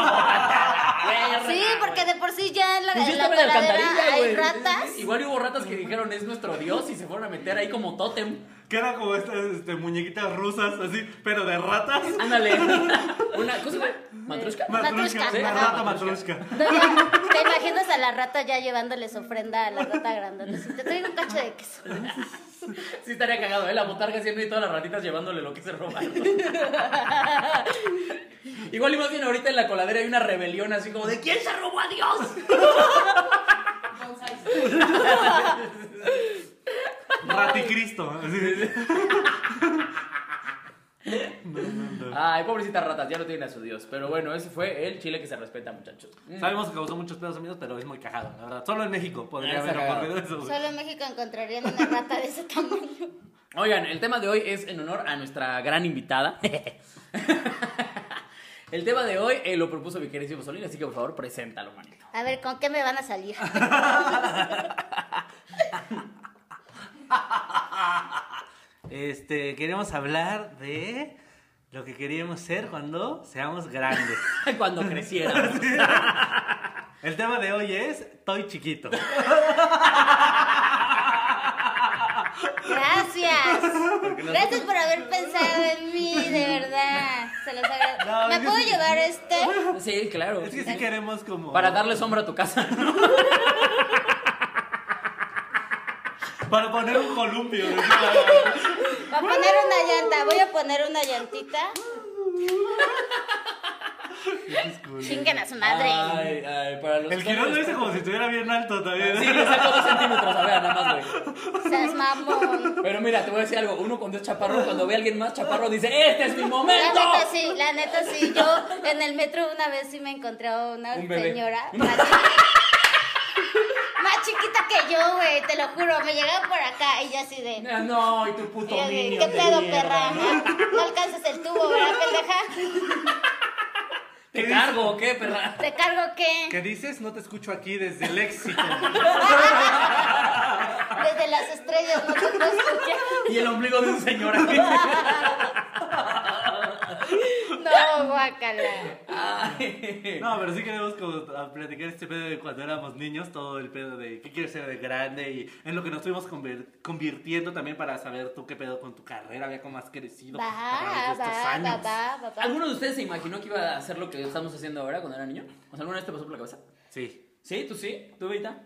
[SPEAKER 3] Sí, porque de por sí ya en la,
[SPEAKER 1] Pues yo
[SPEAKER 3] en la
[SPEAKER 1] estaba en la
[SPEAKER 3] coladera
[SPEAKER 1] alcantarilla,
[SPEAKER 3] hay
[SPEAKER 1] güey.
[SPEAKER 3] ratas.
[SPEAKER 1] Igual hubo ratas que dijeron es nuestro dios y se fueron a meter ahí como tótem.
[SPEAKER 2] Que era como estas este, muñequitas rusas, así, pero de ratas.
[SPEAKER 1] Ándale. Una, ¿cómo se llama? ¿Matrushka?
[SPEAKER 2] Matrushka,
[SPEAKER 3] Matrushka.
[SPEAKER 2] la rata matrushka.
[SPEAKER 3] No, ya, ¿Te imaginas a la rata ya llevándoles ofrenda a la rata grandota? Así, Te traigo un cacho de queso.
[SPEAKER 1] Sí estaría cagado, ¿eh? La botarga haciendo y todas las ratitas llevándole lo que se robaron. Igual y más bien ahorita en la coladera hay una rebelión así como de ¿Quién se robó a Dios?
[SPEAKER 4] Bonsai.
[SPEAKER 2] Raticristo. así.
[SPEAKER 1] Ay, pobrecitas ratas, ya no tienen a su Dios. Pero bueno, ese fue el Chile que se respeta, muchachos.
[SPEAKER 2] Sabemos que causó muchos pedos amigos, pero es muy cagado, la verdad. Solo en México podría
[SPEAKER 1] Está
[SPEAKER 2] haber
[SPEAKER 1] cagado.
[SPEAKER 2] ocurrido eso. güey.
[SPEAKER 3] Solo en México encontrarían una rata de ese tamaño.
[SPEAKER 1] Oigan, el tema de hoy es en honor a nuestra gran invitada. el tema de hoy eh, lo propuso mi queridísimo Solín, así que por favor, preséntalo, manito.
[SPEAKER 3] A ver, ¿con qué me van a salir?
[SPEAKER 2] Este, queremos hablar de lo que queríamos ser cuando seamos grandes.
[SPEAKER 1] Cuando creciera.
[SPEAKER 2] El tema de hoy es Estoy chiquito.
[SPEAKER 3] Gracias. Gracias por haber pensado en mí, de verdad. Se los agradezco.
[SPEAKER 2] No, es
[SPEAKER 3] ¿Me
[SPEAKER 2] que
[SPEAKER 3] puedo
[SPEAKER 2] sí.
[SPEAKER 3] llevar este?
[SPEAKER 1] Sí, claro.
[SPEAKER 2] Es que sí queremos como.
[SPEAKER 1] Para darle sombra a tu casa. ¿no?
[SPEAKER 2] Para poner un columpio. ¿no?
[SPEAKER 3] Voy a poner una llanta, voy a poner una llantita. Chinguen a su madre.
[SPEAKER 1] Ay, ay, para los
[SPEAKER 2] El girón lo
[SPEAKER 1] hombres-
[SPEAKER 2] dice como si estuviera bien alto también.
[SPEAKER 1] Sí, le saco dos centímetros, a ver, nada más, güey.
[SPEAKER 3] Seas mamón.
[SPEAKER 1] Pero mira, te voy a decir algo. Uno cuando es chaparro, cuando ve a alguien más chaparro, dice, este es mi momento.
[SPEAKER 3] La neta sí, la neta sí. Yo en el metro una vez sí me encontré a una
[SPEAKER 1] Un bebé.
[SPEAKER 3] señora más, chi- más chiquita que yo, güey, te lo juro. Me llegaba por acá y yo así de.
[SPEAKER 1] Ah, No, y tu puto
[SPEAKER 3] y yo de,
[SPEAKER 1] niño.
[SPEAKER 3] ¿Qué
[SPEAKER 1] de
[SPEAKER 3] pedo,
[SPEAKER 1] mierda,
[SPEAKER 3] perra?
[SPEAKER 1] ¿no?
[SPEAKER 3] No alcanzas el tubo, ¿verdad, pendeja?
[SPEAKER 1] ¿Te cargo o qué, perra?
[SPEAKER 3] ¿Te cargo qué?
[SPEAKER 2] ¿Qué dices? No te escucho aquí desde el éxito.
[SPEAKER 3] Desde las estrellas no te puedo escuchar.
[SPEAKER 1] Y el ombligo de un señor aquí.
[SPEAKER 3] No, guácala.
[SPEAKER 1] Ay.
[SPEAKER 2] No, pero sí queremos como a platicar este pedo de cuando éramos niños, todo el pedo de qué quieres ser de grande y en lo que nos fuimos conver- convirtiendo también para saber tú qué pedo con tu carrera, vea cómo has crecido
[SPEAKER 3] Va,
[SPEAKER 2] a través de
[SPEAKER 3] va,
[SPEAKER 2] estos
[SPEAKER 3] va,
[SPEAKER 2] años.
[SPEAKER 3] va, va, va.
[SPEAKER 1] ¿Alguno de ustedes se imaginó que iba a hacer lo que estamos haciendo ahora cuando era niño? O sea, ¿alguna vez te pasó por la cabeza?
[SPEAKER 2] Sí.
[SPEAKER 1] ¿Sí? ¿Tú sí? ¿Tú, Vita?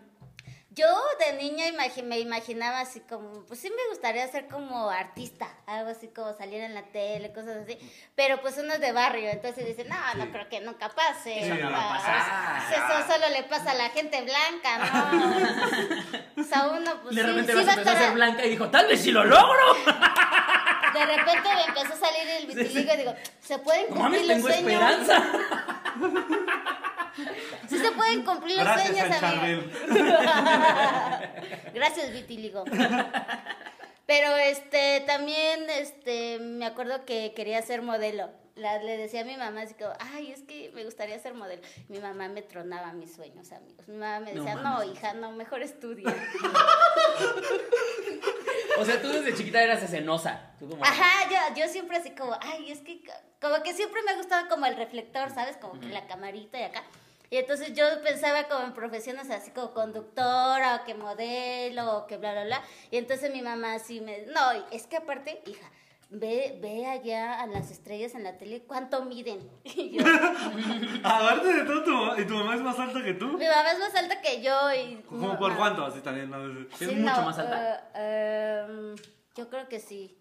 [SPEAKER 3] Yo de niña imagi- me imaginaba así como, pues sí me gustaría ser como artista, algo así como salir en la tele, cosas así, pero pues uno es de barrio, entonces dice, no, no
[SPEAKER 2] Sí.
[SPEAKER 3] creo que nunca pase.
[SPEAKER 2] Eso no va a
[SPEAKER 3] Ah,
[SPEAKER 1] pasar.
[SPEAKER 3] Eso solo le pasa a la gente blanca, ¿no? o sea, uno pues
[SPEAKER 1] de
[SPEAKER 3] sí,
[SPEAKER 1] repente
[SPEAKER 3] sí
[SPEAKER 1] vas
[SPEAKER 3] va
[SPEAKER 1] a
[SPEAKER 3] a
[SPEAKER 1] empezar a
[SPEAKER 3] estar-
[SPEAKER 1] ser blanca y dijo, tal vez si lo logro.
[SPEAKER 3] De repente me empezó a salir el vitiligo y digo, se pueden
[SPEAKER 1] No
[SPEAKER 3] cumplir
[SPEAKER 1] mames,
[SPEAKER 3] los
[SPEAKER 1] tengo
[SPEAKER 3] sueños.
[SPEAKER 1] esperanza.
[SPEAKER 3] Sí se pueden cumplir los
[SPEAKER 2] Gracias,
[SPEAKER 3] sueños,
[SPEAKER 2] San
[SPEAKER 3] amigo. Gracias, Vitiligo. Pero este también este me acuerdo que quería ser modelo. La- le decía a mi mamá así como, ay, es que me gustaría ser modelo. Mi mamá me tronaba mis sueños, amigos. Mi mamá me
[SPEAKER 1] No
[SPEAKER 3] decía, no,
[SPEAKER 1] mames.
[SPEAKER 3] hija, no, mejor estudia.
[SPEAKER 1] O sea, tú desde chiquita eras escenosa. Tú como...
[SPEAKER 3] Ajá, yo, yo siempre así como, ay, es que ca- como que siempre me ha gustado como el reflector, ¿sabes? Como que la camarita y acá. Y entonces yo pensaba como en profesiones así como conductora o que modelo o que bla, bla, bla. Y entonces mi mamá así me, no, es que aparte, hija, ve, ve allá a las estrellas en la tele, ¿cuánto miden? Y yo,
[SPEAKER 2] Aparte de todo, tu, ma- ¿y tu mamá es más alta que tú?
[SPEAKER 3] mi mamá es más alta que yo y...
[SPEAKER 2] ¿Como por cuánto? Así también. No,
[SPEAKER 1] Sí, es mucho más alta.
[SPEAKER 3] eh, em, yo creo que sí.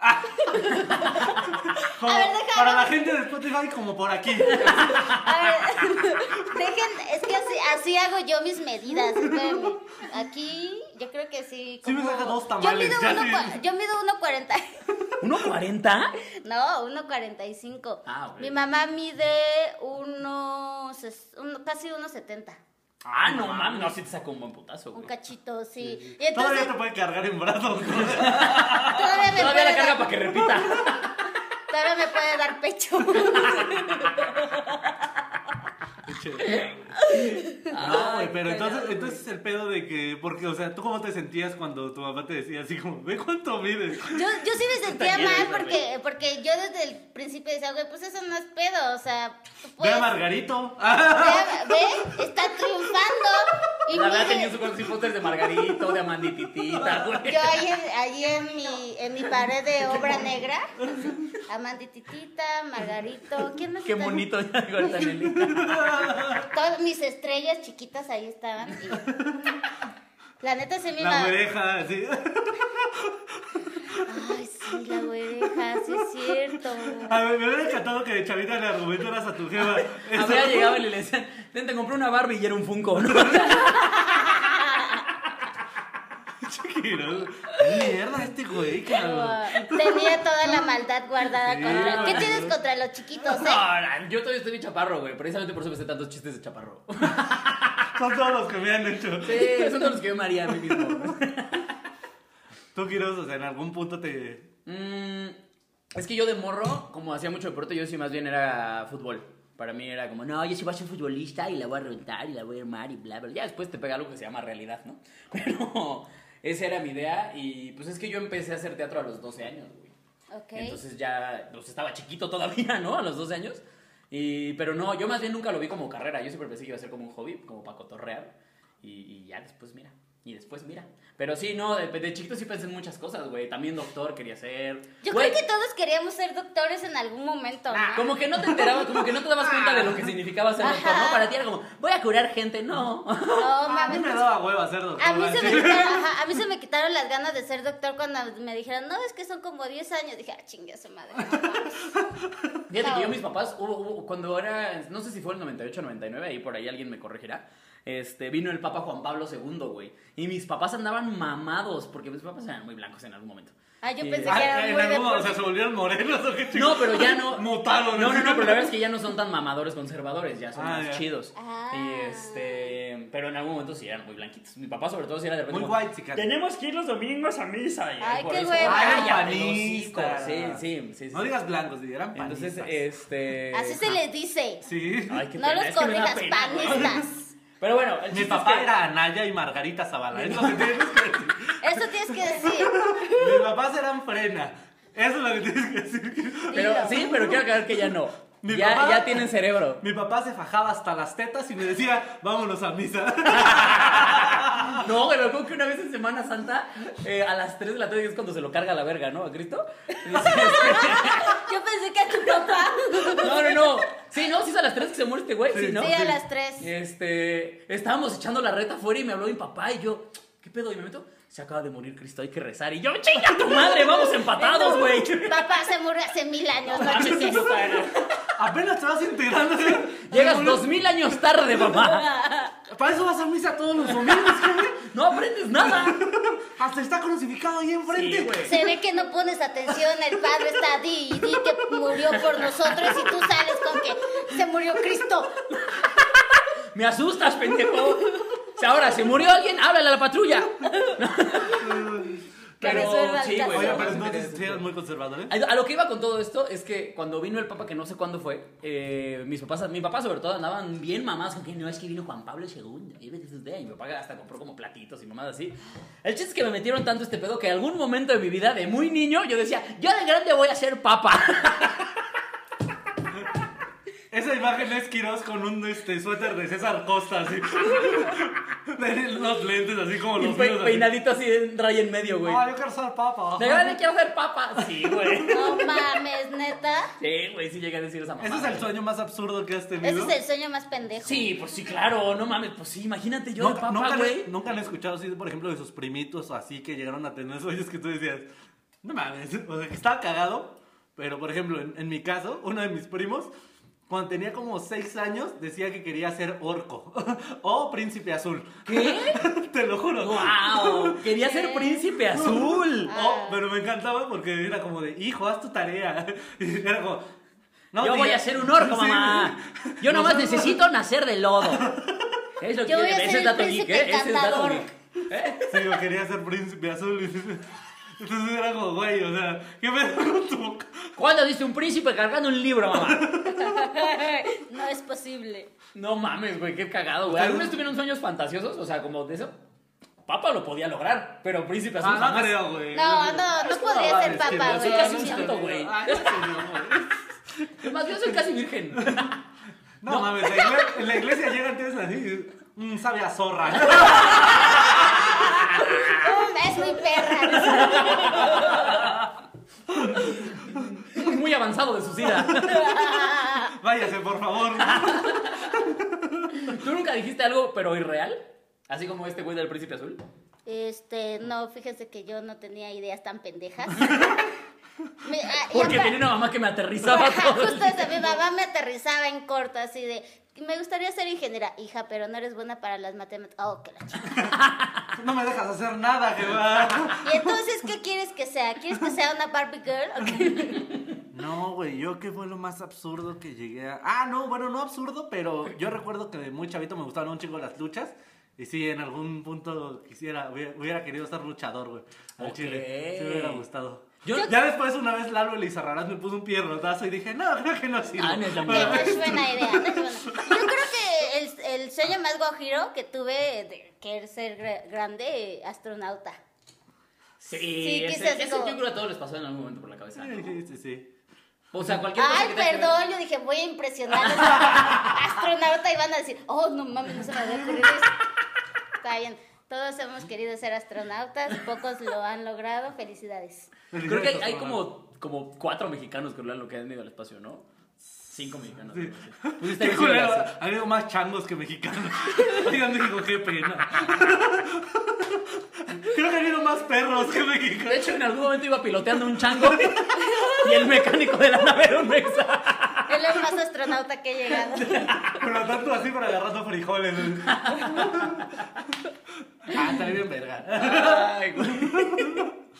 [SPEAKER 2] Como-
[SPEAKER 3] A ver, déjame-
[SPEAKER 2] para la gente de Spotify, como por aquí.
[SPEAKER 3] A ver, dejen, es que así, así hago yo mis medidas. espérenme. Aquí, yo creo que sí.
[SPEAKER 2] Sí me
[SPEAKER 3] como-
[SPEAKER 2] saca dos tamales,
[SPEAKER 3] Yo
[SPEAKER 2] ya
[SPEAKER 3] mido
[SPEAKER 2] sí.
[SPEAKER 3] uno cua- Yo mido 1.40.
[SPEAKER 1] ¿1.40?
[SPEAKER 3] No, 1.45.
[SPEAKER 1] Ah, ok.
[SPEAKER 3] Mi mamá mide uno, ses- un- casi 1.70.
[SPEAKER 1] Ah, no mames, no, sí te sacó un buen putazo,
[SPEAKER 3] Un
[SPEAKER 1] güey.
[SPEAKER 3] cachito, sí. Y
[SPEAKER 2] Todavía
[SPEAKER 3] entonces
[SPEAKER 2] te puede cargar en brazos. ¿no?
[SPEAKER 3] todavía me
[SPEAKER 1] Ah, Todavía
[SPEAKER 3] puede
[SPEAKER 1] la carga
[SPEAKER 3] dar,
[SPEAKER 1] para que repita.
[SPEAKER 3] todavía me puede dar pecho.
[SPEAKER 2] No, güey, pero
[SPEAKER 1] Ay,
[SPEAKER 2] entonces,
[SPEAKER 1] cagado,
[SPEAKER 2] entonces el pedo de que, porque, o sea, ¿tú cómo te sentías cuando tu mamá te decía así como, ve cuánto mides?
[SPEAKER 3] Yo, yo sí me sentía
[SPEAKER 1] llena
[SPEAKER 3] mal
[SPEAKER 1] esa,
[SPEAKER 3] porque, porque yo desde el principio decía, güey, pues eso no es pedo, o sea, pues, tú
[SPEAKER 2] Ve a
[SPEAKER 3] puedes
[SPEAKER 2] Margarito. ah,
[SPEAKER 3] Ve, ve, está triunfando. Y
[SPEAKER 1] La verdad
[SPEAKER 3] mire,
[SPEAKER 1] tenía en su corazón pósters de Margarito, de Amandititita, güey.
[SPEAKER 3] yo ahí, en- ahí en, mi, en mi pared de obra negra, Amandititita, Margarito, ¿quién más
[SPEAKER 1] Qué
[SPEAKER 3] está?
[SPEAKER 1] bonito, ya digo, ahorita Nelly.
[SPEAKER 3] Todas mis estrellas chiquitas ahí estaban. y- La neta se me
[SPEAKER 2] La
[SPEAKER 3] iba.
[SPEAKER 2] oreja, así.
[SPEAKER 3] Ay, sí, la oreja, sí es cierto.
[SPEAKER 2] A ver, me hubiera encantado que de chavita le argumentaras a tu jeva. eso.
[SPEAKER 1] Habría llegado y le decían, "Ten, te compré una Barbie y era un Funko, ¿no?
[SPEAKER 2] Chiquiro. Mierda, este güey, cabrón.
[SPEAKER 3] Tenía toda la maldad guardada
[SPEAKER 2] Sí,
[SPEAKER 3] contra. ¿Qué
[SPEAKER 2] güey.
[SPEAKER 3] tienes contra los chiquitos, eh?
[SPEAKER 1] Ahora, yo todavía estoy bien chaparro, güey. Precisamente por eso me sé tantos chistes de chaparro.
[SPEAKER 2] Son todos los que me han hecho.
[SPEAKER 1] Sí, son todos los que yo me haría a mí mismo.
[SPEAKER 2] Tú, Quiroz, o sea, en algún punto te...
[SPEAKER 1] Mm, es que yo de morro, como hacía mucho deporte, yo sí más bien era fútbol. Para mí era como, no, yo sí voy a ser futbolista y la voy a reventar y la voy a armar y bla, bla. Ya después te pega algo que se llama realidad, ¿no? Pero esa era mi idea y pues es que yo empecé a hacer teatro a los 12 años, güey.
[SPEAKER 3] Ok.
[SPEAKER 1] Entonces ya, pues estaba chiquito todavía, ¿no? A los 12 años. Y, pero no, yo más bien nunca lo vi como carrera. Yo siempre pensé que iba a ser como un hobby, como para cotorrear. Y, y ya después, mira. Y después, mira. Pero sí, no, de, de chiquito sí pensé en muchas cosas, güey. También doctor quería ser.
[SPEAKER 3] Yo
[SPEAKER 1] Güey, Ah.
[SPEAKER 3] creo que todos queríamos ser doctores en algún momento,
[SPEAKER 1] nah,
[SPEAKER 3] ¿no?
[SPEAKER 1] Como que no te enterabas, como que no te dabas cuenta de lo que significaba ser doctor, ¿no?
[SPEAKER 3] Ah. Ajá.
[SPEAKER 1] Para ti era como, voy a curar gente, no.
[SPEAKER 3] No,
[SPEAKER 2] a mí
[SPEAKER 3] mames,
[SPEAKER 2] me
[SPEAKER 3] pues,
[SPEAKER 2] daba hueva hacer doctor.
[SPEAKER 3] A mí, se me
[SPEAKER 2] así.
[SPEAKER 3] quitaron, ajá, a mí se me quitaron las ganas de ser doctor cuando me dijeron, no, es que son como 10 años. Dije, ah, chingue a su madre.
[SPEAKER 1] Fíjate
[SPEAKER 3] No.
[SPEAKER 1] que yo mis papás, hubo- hubo- cuando era, no sé si fue el 98 99, ahí por ahí alguien me corregirá, Este, vino el Papa Juan Pablo II, güey. Y mis papás andaban mamados, porque mis papás eran muy blancos en algún momento.
[SPEAKER 3] Ah, yo
[SPEAKER 1] Y-
[SPEAKER 3] pensé
[SPEAKER 2] Ah,
[SPEAKER 3] que era
[SPEAKER 2] en
[SPEAKER 3] muy
[SPEAKER 2] algún- o sea,
[SPEAKER 3] deporte.
[SPEAKER 2] se volvieron morenos o qué
[SPEAKER 1] No,
[SPEAKER 2] chingados?
[SPEAKER 1] pero ya no.
[SPEAKER 2] Mutaron.
[SPEAKER 1] No, no, no, pero la verdad es que ya no son tan mamadores conservadores, ya son
[SPEAKER 2] Ah,
[SPEAKER 1] más
[SPEAKER 2] ya.
[SPEAKER 1] chidos.
[SPEAKER 3] Ah.
[SPEAKER 1] Y este. Pero en algún momento sí eran muy blanquitos. Mi papá, sobre todo, sí era de repente.
[SPEAKER 2] Muy
[SPEAKER 1] como,
[SPEAKER 2] white, chica.
[SPEAKER 1] Tenemos que ir los domingos a misa. Y
[SPEAKER 3] Ay,
[SPEAKER 1] por
[SPEAKER 3] qué
[SPEAKER 1] eso,
[SPEAKER 3] hueva.
[SPEAKER 1] "Ay,
[SPEAKER 2] Eran
[SPEAKER 1] ya, el hocico".
[SPEAKER 2] panistas.
[SPEAKER 1] Sí, sí, sí. sí.
[SPEAKER 2] No digas blancos, di, eran panistas.
[SPEAKER 1] Entonces, este.
[SPEAKER 3] Así se les dice.
[SPEAKER 2] Sí.
[SPEAKER 1] Ay, qué
[SPEAKER 3] No
[SPEAKER 1] pena,
[SPEAKER 3] los
[SPEAKER 1] es que me da
[SPEAKER 3] corrijas,
[SPEAKER 1] pena, güey.
[SPEAKER 3] panistas.
[SPEAKER 1] Pero bueno, el
[SPEAKER 2] Mi
[SPEAKER 1] chiste
[SPEAKER 2] papá
[SPEAKER 1] es que-
[SPEAKER 2] era Anaya y Margarita Zavala. Es lo que tienes que decir.
[SPEAKER 3] Eso tienes que decir.
[SPEAKER 2] Mis papás eran frena. Eso es lo que tienes que decir.
[SPEAKER 1] Pero,
[SPEAKER 3] Dilo.
[SPEAKER 1] sí, pero quiero aclarar que ya no.
[SPEAKER 2] Mi
[SPEAKER 1] ya,
[SPEAKER 2] papá-
[SPEAKER 1] ya tienen cerebro.
[SPEAKER 2] Mi papá se fajaba hasta las tetas y me decía, vámonos a misa.
[SPEAKER 1] No, pero creo que una vez en Semana Santa, eh, a las 3 de la tarde, que es cuando se lo carga la verga, ¿no? ¿A Cristo?
[SPEAKER 3] Yo pensé que a tu papá.
[SPEAKER 1] No, no, no. Sí, no, sí es a las 3 que se muere este güey, sí, ¿no?
[SPEAKER 3] Sí, a las tres.
[SPEAKER 1] Este, estábamos echando la reta afuera y me habló mi papá y yo, ¿qué pedo? Y me meto, se acaba de morir Cristo, hay que rezar. Y yo, chinga tu madre, vamos empatados, güey.
[SPEAKER 3] Papá se murió hace mil años,
[SPEAKER 1] Ah,
[SPEAKER 3] no chingues.
[SPEAKER 2] Apenas te vas integrando.
[SPEAKER 1] Llegas dos mil años tarde, papá.
[SPEAKER 2] Para eso vas a misa todos los domingos, güey.
[SPEAKER 1] No aprendes nada.
[SPEAKER 2] Hasta está crucificado ahí enfrente.
[SPEAKER 1] Sí, güey.
[SPEAKER 3] Se ve que no pones atención, el padre está di y di que murió por nosotros y tú sales con que se murió Cristo.
[SPEAKER 1] Me asustas, pendejo. Si ahora se murió alguien, háblale a la patrulla. Pero
[SPEAKER 3] resuelva el
[SPEAKER 1] sí,
[SPEAKER 3] caso.
[SPEAKER 1] güey.
[SPEAKER 2] Oye,
[SPEAKER 1] no,
[SPEAKER 2] pero
[SPEAKER 1] sí me
[SPEAKER 2] entonces
[SPEAKER 1] quedé-
[SPEAKER 2] sí eran muy ¿eh? conservadores.
[SPEAKER 1] A a lo que iba con todo esto es que cuando vino el Papa, que no sé cuándo fue, eh, mis papás, mi papá sobre todo andaban bien mamás con que no es que vino Juan Pablo II. Y me dice, "Ve", y mi papá hasta compró como platitos y mamadas así. El chiste es que me metieron tanto este pedo que en algún momento de mi vida, de muy niño, yo decía, yo de grande voy a ser papa.
[SPEAKER 2] Esa imagen es Quirós con un este, suéter de César Costa, así. De los lentes, así como
[SPEAKER 1] Y
[SPEAKER 2] los
[SPEAKER 1] pe-
[SPEAKER 2] míos, así.
[SPEAKER 1] peinadito así en raya en medio, güey.
[SPEAKER 2] Ah, yo quiero ser papa.
[SPEAKER 1] De grande quiero ser papa. Sí, güey.
[SPEAKER 3] No mames, neta.
[SPEAKER 1] Sí, güey, sí llegué a decir esa mamá.
[SPEAKER 2] Ese es el sueño más absurdo que has
[SPEAKER 3] Ese
[SPEAKER 2] tenido.
[SPEAKER 3] es el sueño más pendejo.
[SPEAKER 1] Sí, pues sí, claro, no mames, pues sí, imagínate yo de
[SPEAKER 2] Nunca,
[SPEAKER 1] papa,
[SPEAKER 2] nunca,
[SPEAKER 1] güey.
[SPEAKER 2] le, nunca le he escuchado así, por ejemplo, de sus primitos o así que llegaron a tener sueños que tú decías, no mames, o sea, que estaba cagado, pero por ejemplo, en, en mi caso, uno de mis primos, cuando tenía como 6 años, decía que quería ser orco o príncipe azul.
[SPEAKER 1] ¿Qué?
[SPEAKER 2] Te lo juro.
[SPEAKER 1] ¡Wow! Quería ser
[SPEAKER 3] ¿Qué?
[SPEAKER 1] príncipe azul.
[SPEAKER 2] Oh, pero me encantaba porque era como de, hijo, haz tu tarea. Y era como, "No,
[SPEAKER 1] yo
[SPEAKER 2] tía".
[SPEAKER 1] voy a ser un orco,
[SPEAKER 2] Sí.
[SPEAKER 1] mamá. Yo nomás necesito nacer de lodo. Es lo que
[SPEAKER 3] Yo voy a
[SPEAKER 1] ese es
[SPEAKER 3] ser el
[SPEAKER 1] dato geek,
[SPEAKER 3] príncipe
[SPEAKER 1] ¿eh? Ese es dato
[SPEAKER 3] encantador.
[SPEAKER 1] geek. ¿Eh?
[SPEAKER 2] Sí, yo quería ser príncipe azul. Entonces era como, güey, o sea, ¿qué pedo con tu
[SPEAKER 1] ¿Cuándo viste un príncipe cargando un libro, mamá?
[SPEAKER 3] No es posible.
[SPEAKER 1] No mames, güey, qué cagado, güey. ¿Alguna vez tuvieron sueños fantasiosos? O sea, como de eso. Papa lo podía lograr, pero príncipe azul
[SPEAKER 2] Ah, no
[SPEAKER 1] jamás.
[SPEAKER 2] creo, güey.
[SPEAKER 3] No, no, no podría ser papá,
[SPEAKER 1] Soy
[SPEAKER 3] güey.
[SPEAKER 1] casi un santo, güey.
[SPEAKER 2] Ay,
[SPEAKER 1] Es Más bien soy casi virgen.
[SPEAKER 2] No, mames, la iglesia, en la iglesia llegan tienes así. Mmm, sabe a zorra.
[SPEAKER 3] Ah, Es muy perra.
[SPEAKER 1] Muy avanzado de su sida.
[SPEAKER 2] Váyase, por favor.
[SPEAKER 1] ¿Tú nunca dijiste algo, pero irreal? Así como este güey del príncipe azul.
[SPEAKER 3] Este, no, fíjense que yo no tenía ideas tan pendejas. Me- ah, y
[SPEAKER 1] Porque
[SPEAKER 3] apar-
[SPEAKER 1] tenía una mamá que me aterrizaba
[SPEAKER 3] Ajá,
[SPEAKER 1] todo. el
[SPEAKER 3] Justo eso, mi mamá me aterrizaba en corto, así de, me gustaría ser ingeniera, hija, pero no eres buena para las matemáticas. Oh, que la chica.
[SPEAKER 2] No me dejas hacer nada, Jehová.
[SPEAKER 3] Y entonces, ¿qué quieres que sea? ¿Quieres que sea una Barbie Girl? Ok.
[SPEAKER 2] No, güey, yo qué fue lo más absurdo que llegué a. Ah, no, bueno, no absurdo, pero yo recuerdo que de muy chavito me gustaban un chingo las luchas. Y sí, en algún punto quisiera, hubiera, hubiera querido ser luchador, güey. Al
[SPEAKER 1] Ok.
[SPEAKER 2] chile. Sí, me hubiera gustado.
[SPEAKER 1] Yo-
[SPEAKER 2] Ya después, una vez Lalo Elizarrarás me puso un pierrotazo y dije, no, creo que no sirvo.
[SPEAKER 1] Ah, no es lo mío.
[SPEAKER 3] Que no es buena idea. no es buena. Yo creo que el, el sueño más guajiro que tuve de querer ser gra- grande, eh, astronauta.
[SPEAKER 1] Sí,
[SPEAKER 3] Sí,
[SPEAKER 1] ese,
[SPEAKER 3] quizás
[SPEAKER 1] ese
[SPEAKER 3] como-
[SPEAKER 1] yo creo que a todos les pasó en algún momento por la cabeza. ¿no?
[SPEAKER 2] Sí, sí, sí.
[SPEAKER 1] O sea, cualquier cosa
[SPEAKER 3] Ay,
[SPEAKER 1] que tenga que ver-
[SPEAKER 3] perdón, yo dije, voy a impresionarles. astronauta y van a decir, oh, no mames, no se me había ocurrido eso. Está bien. Todos hemos querido ser astronautas, pocos lo han logrado, felicidades.
[SPEAKER 1] Creo que hay, hay como, como cuatro mexicanos que lo que han ido al espacio, ¿no? Cinco mexicanos.
[SPEAKER 2] Sí.
[SPEAKER 1] creo que sí.
[SPEAKER 2] Qué
[SPEAKER 1] Pues
[SPEAKER 2] culero,
[SPEAKER 1] está
[SPEAKER 2] Ha habido más changos que mexicanos. Oigan, México, qué pena. Creo que ha habido más perros que mexicanos.
[SPEAKER 1] de hecho, en algún momento iba piloteando un chango y el mecánico de la nave era un mexa.
[SPEAKER 3] El güey más astronauta que he llegado.
[SPEAKER 2] Pero tanto así para agarrando frijoles. ah, está bien verga.
[SPEAKER 1] Ay, güey.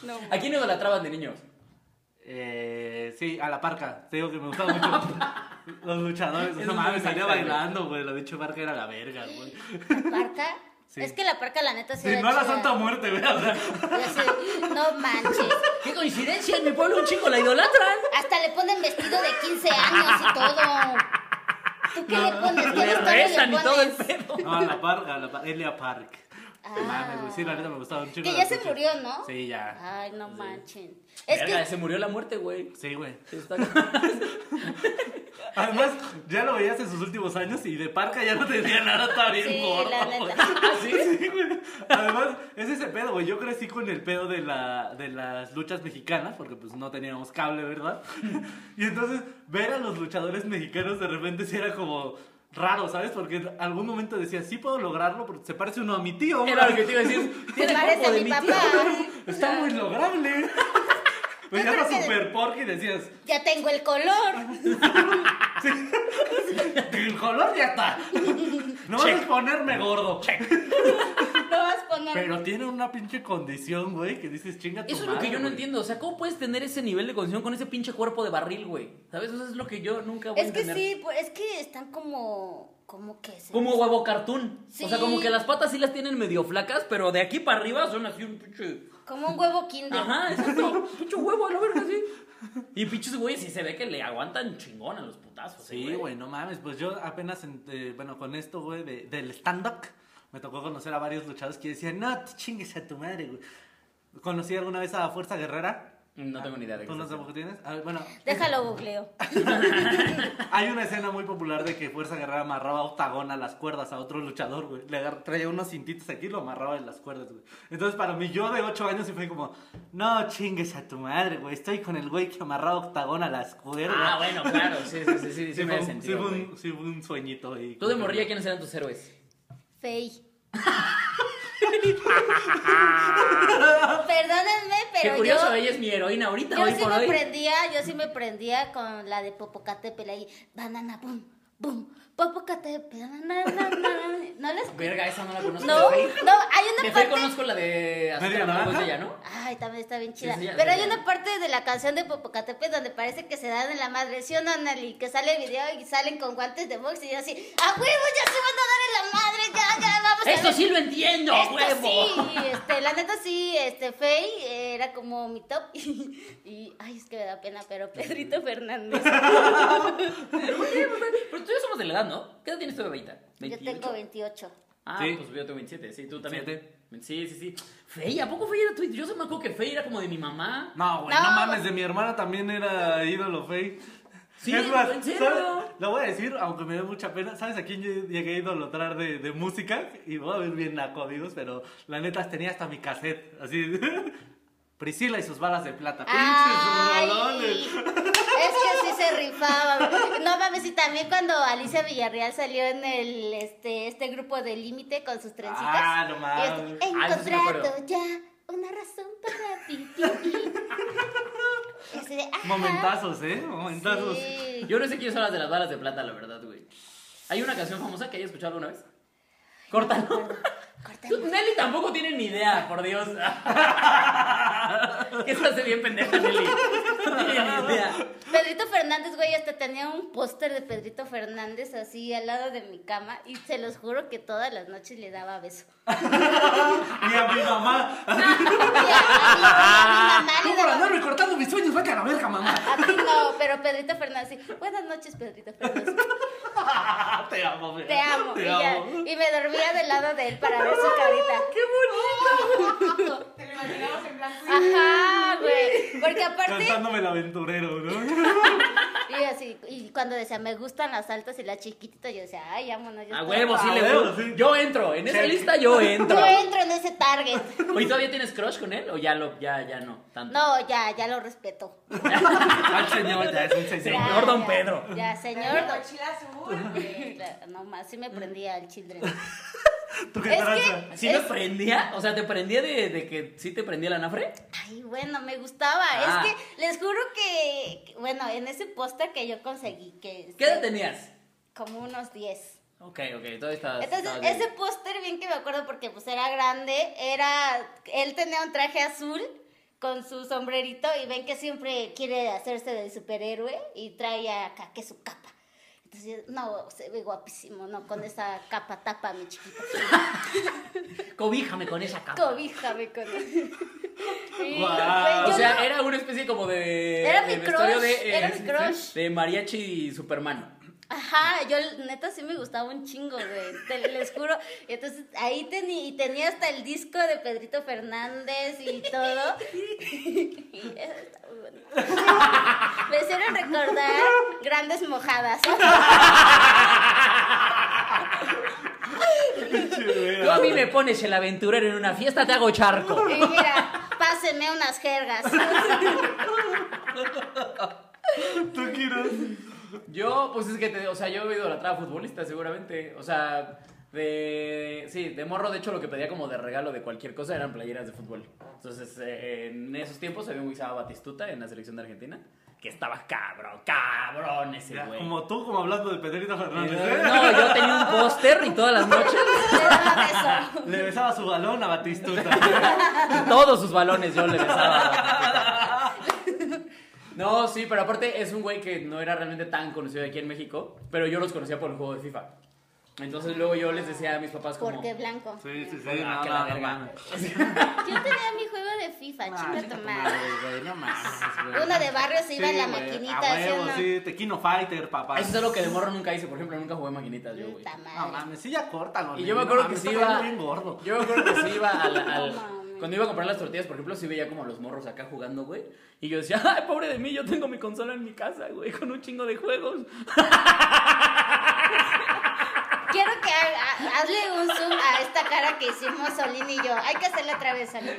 [SPEAKER 3] No.
[SPEAKER 1] ¿A quién idolatraban de niños?
[SPEAKER 2] Eh, sí, a la parca. Te digo que me gustaba mucho. Los luchadores.
[SPEAKER 1] Es
[SPEAKER 2] No
[SPEAKER 1] muy
[SPEAKER 2] mames, salía
[SPEAKER 1] exacta,
[SPEAKER 2] bailando, güey. La dicho parca era la verga, güey.
[SPEAKER 3] ¿Parca?
[SPEAKER 2] Sí.
[SPEAKER 3] Es que la parca, la neta, sí
[SPEAKER 2] Sí,
[SPEAKER 3] era
[SPEAKER 2] no a la
[SPEAKER 3] chida.
[SPEAKER 2] Santa Muerte, güey. o sea.
[SPEAKER 3] Y así, No manches.
[SPEAKER 1] ¡Qué coincidencia! En mi pueblo un chico la idolatran.
[SPEAKER 3] Hasta le ponen vestido de 15 años y todo. ¿Tú qué le pones? ¿Qué
[SPEAKER 1] Le
[SPEAKER 3] vestuario le
[SPEAKER 1] rezan y todo el
[SPEAKER 3] pones?
[SPEAKER 1] pedo.
[SPEAKER 2] No, a la parca, a la parca. Elia Park.
[SPEAKER 3] Ah.
[SPEAKER 2] Mames, güey. Sí, la neta me gustaba un chico.
[SPEAKER 3] Que ya se murió, ¿no? Ah.
[SPEAKER 2] Sí, ya.
[SPEAKER 3] Ay, no manchen. Es
[SPEAKER 1] Verga,
[SPEAKER 3] que
[SPEAKER 1] se murió la muerte, güey.
[SPEAKER 2] Sí, güey.
[SPEAKER 1] Sí, está-
[SPEAKER 2] Además, ya lo veías en sus últimos años y de parca ya no tenía nada, estaba bien
[SPEAKER 3] Sí,
[SPEAKER 2] gordo,
[SPEAKER 3] la neta.
[SPEAKER 2] güey.
[SPEAKER 1] ¿Ah, sí?
[SPEAKER 2] Sí, güey. Además, es ese pedo, güey. Yo crecí con el pedo de, la, de las luchas mexicanas, porque pues no teníamos cable, ¿verdad? Y entonces, ver a los luchadores mexicanos de repente sí era como raro, ¿sabes? Porque en algún momento decía, sí puedo lograrlo, porque se parece uno a mi tío. güey.
[SPEAKER 1] Era lo que te iba a decir. Tiene
[SPEAKER 3] se
[SPEAKER 1] el cuerpo
[SPEAKER 3] parece a
[SPEAKER 1] de
[SPEAKER 3] mi
[SPEAKER 1] mi
[SPEAKER 3] papá.
[SPEAKER 1] tío.
[SPEAKER 2] Está muy lograble. Veías
[SPEAKER 3] creo
[SPEAKER 2] a
[SPEAKER 3] que-
[SPEAKER 2] Super Porky y decías,
[SPEAKER 3] Ya tengo el color.
[SPEAKER 2] el color ya está. No vas
[SPEAKER 1] Check.
[SPEAKER 2] a ponerme gordo.
[SPEAKER 3] No vas a poner.
[SPEAKER 2] Pero tiene una pinche condición, güey, que dices chinga tu
[SPEAKER 1] Eso es lo que
[SPEAKER 2] madre,
[SPEAKER 1] yo no
[SPEAKER 2] güey".
[SPEAKER 1] entiendo. O sea, ¿cómo puedes tener ese nivel de condición con ese pinche cuerpo de barril, güey? ¿Sabes? Eso es lo que yo nunca voy a
[SPEAKER 3] Es que
[SPEAKER 1] entender.
[SPEAKER 3] sí, pues, es que están como. Como que se.
[SPEAKER 1] Como huevo cartoon. O sea,
[SPEAKER 3] Sí.
[SPEAKER 1] como que las patas sí las tienen medio flacas, pero de aquí para arriba son así un pinche.
[SPEAKER 3] Como un huevo kinder.
[SPEAKER 1] Ajá, exacto. pinche huevo a la verga, sí. Y pinches güeyes, sí se ve que le aguantan chingón a los putazos.
[SPEAKER 2] Sí, güey, no mames. Pues yo apenas, en- eh, bueno, con esto, güey, de- del stand-up, me tocó conocer a varios luchadores que decían, no, te chingues a tu madre, güey. ¿Conocí alguna vez a Fuerza Guerrera?
[SPEAKER 1] No tengo ni idea de qué.
[SPEAKER 2] ¿Tú no
[SPEAKER 1] se
[SPEAKER 2] sabes qué tienes? A ver, bueno,
[SPEAKER 3] Déjalo googleo.
[SPEAKER 2] hay una escena muy popular de que Fuerza Guerrera amarraba octagón a las cuerdas a otro luchador, güey. Le agar- traía unos cintitos aquí y lo amarraba en las cuerdas, güey. Entonces, para mí, yo de 8 años, sí fue como, no chingues a tu madre, güey. Estoy con el güey que amarraba octagón a las cuerdas.
[SPEAKER 1] Ah, bueno, claro. Sí, sí, sí, sí, sí, me
[SPEAKER 2] Sí, fue,
[SPEAKER 1] da
[SPEAKER 2] un, sí
[SPEAKER 1] sentido.
[SPEAKER 2] fue un-
[SPEAKER 1] güey.
[SPEAKER 2] sí fue un sueñito ahí.
[SPEAKER 1] Tú de morrilla, ¿quiénes eran tus héroes?
[SPEAKER 3] Fey. Perdónenme, pero
[SPEAKER 1] Qué curioso,
[SPEAKER 3] yo.
[SPEAKER 1] ella es mi heroína ahorita,
[SPEAKER 3] Yo
[SPEAKER 1] hoy
[SPEAKER 3] sí
[SPEAKER 1] por
[SPEAKER 3] me
[SPEAKER 1] hoy.
[SPEAKER 3] prendía, yo sí me prendía con la de Popocatépetl ahí, banana boom, boom, Popocatépetl, banana, banana. ¿No les
[SPEAKER 1] Verga, esa no la conozco.
[SPEAKER 3] No, no,
[SPEAKER 1] de
[SPEAKER 3] hay
[SPEAKER 1] Faye.
[SPEAKER 3] una
[SPEAKER 1] De Faye
[SPEAKER 3] parte.
[SPEAKER 1] conozco la de Azúcar
[SPEAKER 2] ¿Media
[SPEAKER 1] Amapola,
[SPEAKER 2] naranja?
[SPEAKER 1] ella, ¿no?
[SPEAKER 3] Ay, también está bien chida.
[SPEAKER 1] Sí, sí, ya,
[SPEAKER 3] Pero
[SPEAKER 1] sí,
[SPEAKER 3] hay
[SPEAKER 1] ya.
[SPEAKER 3] una parte de la canción de Popocatépetl donde parece que se dan en la madre, ¿sí o no, Nelly? Que sale el video y salen con guantes de box y yo así, ¡a huevo! ¡Ya se van a dar en la madre! ¡Ya, ya! ¡Vamos a
[SPEAKER 1] ¡Eso
[SPEAKER 3] ver".
[SPEAKER 1] sí lo entiendo,
[SPEAKER 3] Esto
[SPEAKER 1] huevo!
[SPEAKER 3] Sí, este, la neta sí, este, Faye era como mi top. Y, ay, es que me da pena, pero Pedrito Fernández.
[SPEAKER 1] Pero tú ya somos de la edad, ¿no? ¿Qué edad tienes tú de ahorita?
[SPEAKER 3] Yo tengo 28.
[SPEAKER 1] Ah,
[SPEAKER 2] Sí.
[SPEAKER 1] pues yo tengo 27, sí, tú también.
[SPEAKER 2] Siete.
[SPEAKER 1] Sí, sí, sí. Fey, ¿a poco Fey era tu Yo se me acuerdo que Fey era como de mi mamá.
[SPEAKER 2] No, güey, no,
[SPEAKER 3] No,
[SPEAKER 2] mames,
[SPEAKER 3] güey.
[SPEAKER 2] de mi hermana también era ídolo fey.
[SPEAKER 1] Sí, en serio.
[SPEAKER 2] ¿sabes? Lo voy a decir, aunque me dé mucha pena. ¿Sabes a quién yo llegué a idolatrar de, de música? Y voy a ver bien naco, amigos, pero la neta tenía hasta mi cassette. Así. Priscila y sus balas de plata.
[SPEAKER 3] Ay,
[SPEAKER 2] ¡Pinches
[SPEAKER 3] es
[SPEAKER 2] rolones!
[SPEAKER 3] que sí se rifaba. No mames, y también cuando Alicia Villarreal salió en el este este grupo de límite con sus trencitas.
[SPEAKER 2] Ah, no mames.
[SPEAKER 3] Y es,
[SPEAKER 1] Ah, eso sí me
[SPEAKER 3] Encontrado
[SPEAKER 1] acuerdo.
[SPEAKER 3] ya una razón para vivir. Ese de, ajá.
[SPEAKER 2] Momentazos, ¿eh? Momentazos.
[SPEAKER 3] Sí.
[SPEAKER 1] Yo no sé quiénes son las de las balas de plata, la verdad, güey. ¿Hay una canción famosa que hayas escuchado alguna vez? Córtalo. Tú,
[SPEAKER 3] Córtalo.
[SPEAKER 1] Nelly tampoco tiene ni idea, por Dios. que se hace bien pendeja, Nelly. No tiene ni idea.
[SPEAKER 3] Pedrito Fernández, güey, hasta tenía un póster de Pedrito Fernández así al lado de mi cama y se los juro que todas las noches le daba beso.
[SPEAKER 2] Y a mi mamá.
[SPEAKER 3] Y a- a mi- a
[SPEAKER 2] Tú
[SPEAKER 3] mi mamá le
[SPEAKER 2] por
[SPEAKER 3] daba
[SPEAKER 2] andarme cortando mis sueños, vete a la verga, mamá.
[SPEAKER 3] A ti no, pero Pedrito Fernández sí. Buenas noches, Pedrito Fernández.
[SPEAKER 2] Te amo, güey.
[SPEAKER 3] Te amo.
[SPEAKER 2] Te
[SPEAKER 3] y, ya.
[SPEAKER 2] amo.
[SPEAKER 3] Y me dormía del lado de él para ver su carita.
[SPEAKER 4] Te lo imaginabas en blanco y
[SPEAKER 3] Ajá, güey. Porque aparte,
[SPEAKER 2] Cantándome el aventurero, ¿no?
[SPEAKER 3] y así, y cuando decía, me gustan las altas y las chiquititas, yo decía, ay, vámonos. yo
[SPEAKER 1] A
[SPEAKER 3] estoy-
[SPEAKER 1] huevo, sí
[SPEAKER 2] A
[SPEAKER 1] le
[SPEAKER 2] huevo,
[SPEAKER 1] gusta.
[SPEAKER 2] sí.
[SPEAKER 1] Yo entro. En esa
[SPEAKER 2] Check.
[SPEAKER 1] lista yo entro.
[SPEAKER 3] Yo entro en ese target.
[SPEAKER 1] ¿Y todavía tienes crush con él? ¿O ya lo, ya, ya no? Tanto.
[SPEAKER 3] No, ya, ya lo respeto.
[SPEAKER 2] Al señor, ya es un
[SPEAKER 3] Ya,
[SPEAKER 2] señor.
[SPEAKER 1] Señor Don
[SPEAKER 3] ya,
[SPEAKER 1] Pedro.
[SPEAKER 3] Ya, señor
[SPEAKER 4] La
[SPEAKER 3] Don
[SPEAKER 4] mochila azul. güey.
[SPEAKER 3] Claro, No más, sí me prendía al children.
[SPEAKER 2] ¿Tú qué
[SPEAKER 3] Es
[SPEAKER 2] tranza?
[SPEAKER 3] que-
[SPEAKER 1] ¿Sí me
[SPEAKER 3] Es-
[SPEAKER 1] prendía? O sea, ¿te prendía de, de que sí te prendía la nafre?
[SPEAKER 3] Ay, Ay, bueno, me gustaba.
[SPEAKER 1] Ah.
[SPEAKER 3] Es que les juro que, que- bueno, en ese póster que yo conseguí, que
[SPEAKER 1] ¿Qué edad tenías?
[SPEAKER 3] como unos 10.
[SPEAKER 1] Ok, ok, todavía estabas.
[SPEAKER 3] Entonces,
[SPEAKER 1] estabas Ah, bien.
[SPEAKER 3] ese póster, bien que me acuerdo porque pues era grande, era, él tenía un traje azul con su sombrerito y ven que siempre quiere hacerse del superhéroe y trae acá que su capa. Entonces, no, se ve guapísimo, ¿no? Con esa capa tapa, mi chiquito.
[SPEAKER 1] Cobíjame con esa capa.
[SPEAKER 3] Cobíjame con... Y,
[SPEAKER 2] Guau,
[SPEAKER 3] güey, yo
[SPEAKER 1] O sea,
[SPEAKER 3] no-
[SPEAKER 1] era una especie como de.
[SPEAKER 3] Era mi
[SPEAKER 1] de vestuario
[SPEAKER 3] crush, era mi
[SPEAKER 1] sí, sí,
[SPEAKER 3] crush.
[SPEAKER 1] De mariachi y Superman.
[SPEAKER 3] Ajá, yo neta sí me gustaba un chingo, güey, te- les juro. Y Entonces ahí teni- y tenía hasta el disco de Pedrito Fernández y todo. Y eso está muy bueno. Me hicieron recordar grandes mojadas.
[SPEAKER 1] Tú a mí me pones el aventurero en una fiesta, te hago charco.
[SPEAKER 3] Y mira, pásenme unas jergas.
[SPEAKER 2] ¿Tú quieres?
[SPEAKER 1] Yo, pues es que, te, o sea, yo he ido a la traba futbolista, seguramente. O sea, de. Sí, de morro, de hecho, lo que pedía como de regalo de cualquier cosa eran playeras de fútbol. Entonces, eh, en esos tiempos había un güey que se llamaba Batistuta en la selección de Argentina. Que estaba cabrón, cabrón ese
[SPEAKER 2] Ya,
[SPEAKER 1] güey.
[SPEAKER 2] Como tú, como hablando de Pedrito Fernández. ¿eh?
[SPEAKER 1] No, yo tenía un póster y todas las noches.
[SPEAKER 3] Me daban eso.
[SPEAKER 2] Le besaba su balón a Batistuta.
[SPEAKER 1] Todos sus balones yo le besaba. No, sí, pero aparte es un güey que no era realmente tan conocido aquí en México, pero yo los conocía por el juego de FIFA. Entonces luego yo les decía a mis papás como...
[SPEAKER 3] Porque blanco.
[SPEAKER 2] Sí, sí, sí.
[SPEAKER 1] Ah,
[SPEAKER 2] no,
[SPEAKER 1] que
[SPEAKER 2] no,
[SPEAKER 1] la
[SPEAKER 2] no
[SPEAKER 1] verga.
[SPEAKER 2] mames.
[SPEAKER 3] Yo tenía mi juego de FIFA,
[SPEAKER 2] Ah,
[SPEAKER 3] chinga
[SPEAKER 2] chica
[SPEAKER 3] tu
[SPEAKER 2] tu
[SPEAKER 3] madre.
[SPEAKER 2] madre, güey, no mames, güey.
[SPEAKER 3] Uno de barrio se iba en la
[SPEAKER 2] güey,
[SPEAKER 3] maquinita
[SPEAKER 2] A huevo,
[SPEAKER 3] haciendo-
[SPEAKER 2] sí, Tequino Fighter, papá.
[SPEAKER 1] Eso es algo que de morro nunca hice, por ejemplo, nunca jugué maquinitas yo, güey.
[SPEAKER 3] Puta
[SPEAKER 2] No
[SPEAKER 3] madre.
[SPEAKER 2] mames, sí, ya córtalo.
[SPEAKER 1] Y
[SPEAKER 2] nene,
[SPEAKER 1] yo me
[SPEAKER 2] no
[SPEAKER 1] acuerdo que
[SPEAKER 2] mames,
[SPEAKER 1] sí
[SPEAKER 2] está
[SPEAKER 1] iba.
[SPEAKER 2] bien gordo.
[SPEAKER 1] Yo me acuerdo que sí iba al. al-
[SPEAKER 3] No mames.
[SPEAKER 1] cuando iba a comprar las tortillas, por ejemplo, sí veía como a los morros acá jugando, güey. Y yo decía, ay, pobre de mí, yo tengo mi consola en mi casa, güey, con un chingo de juegos.
[SPEAKER 3] Quiero que haga- hazle un zoom a esta cara que hicimos Solín y yo. Hay que hacerle otra vez, Solín.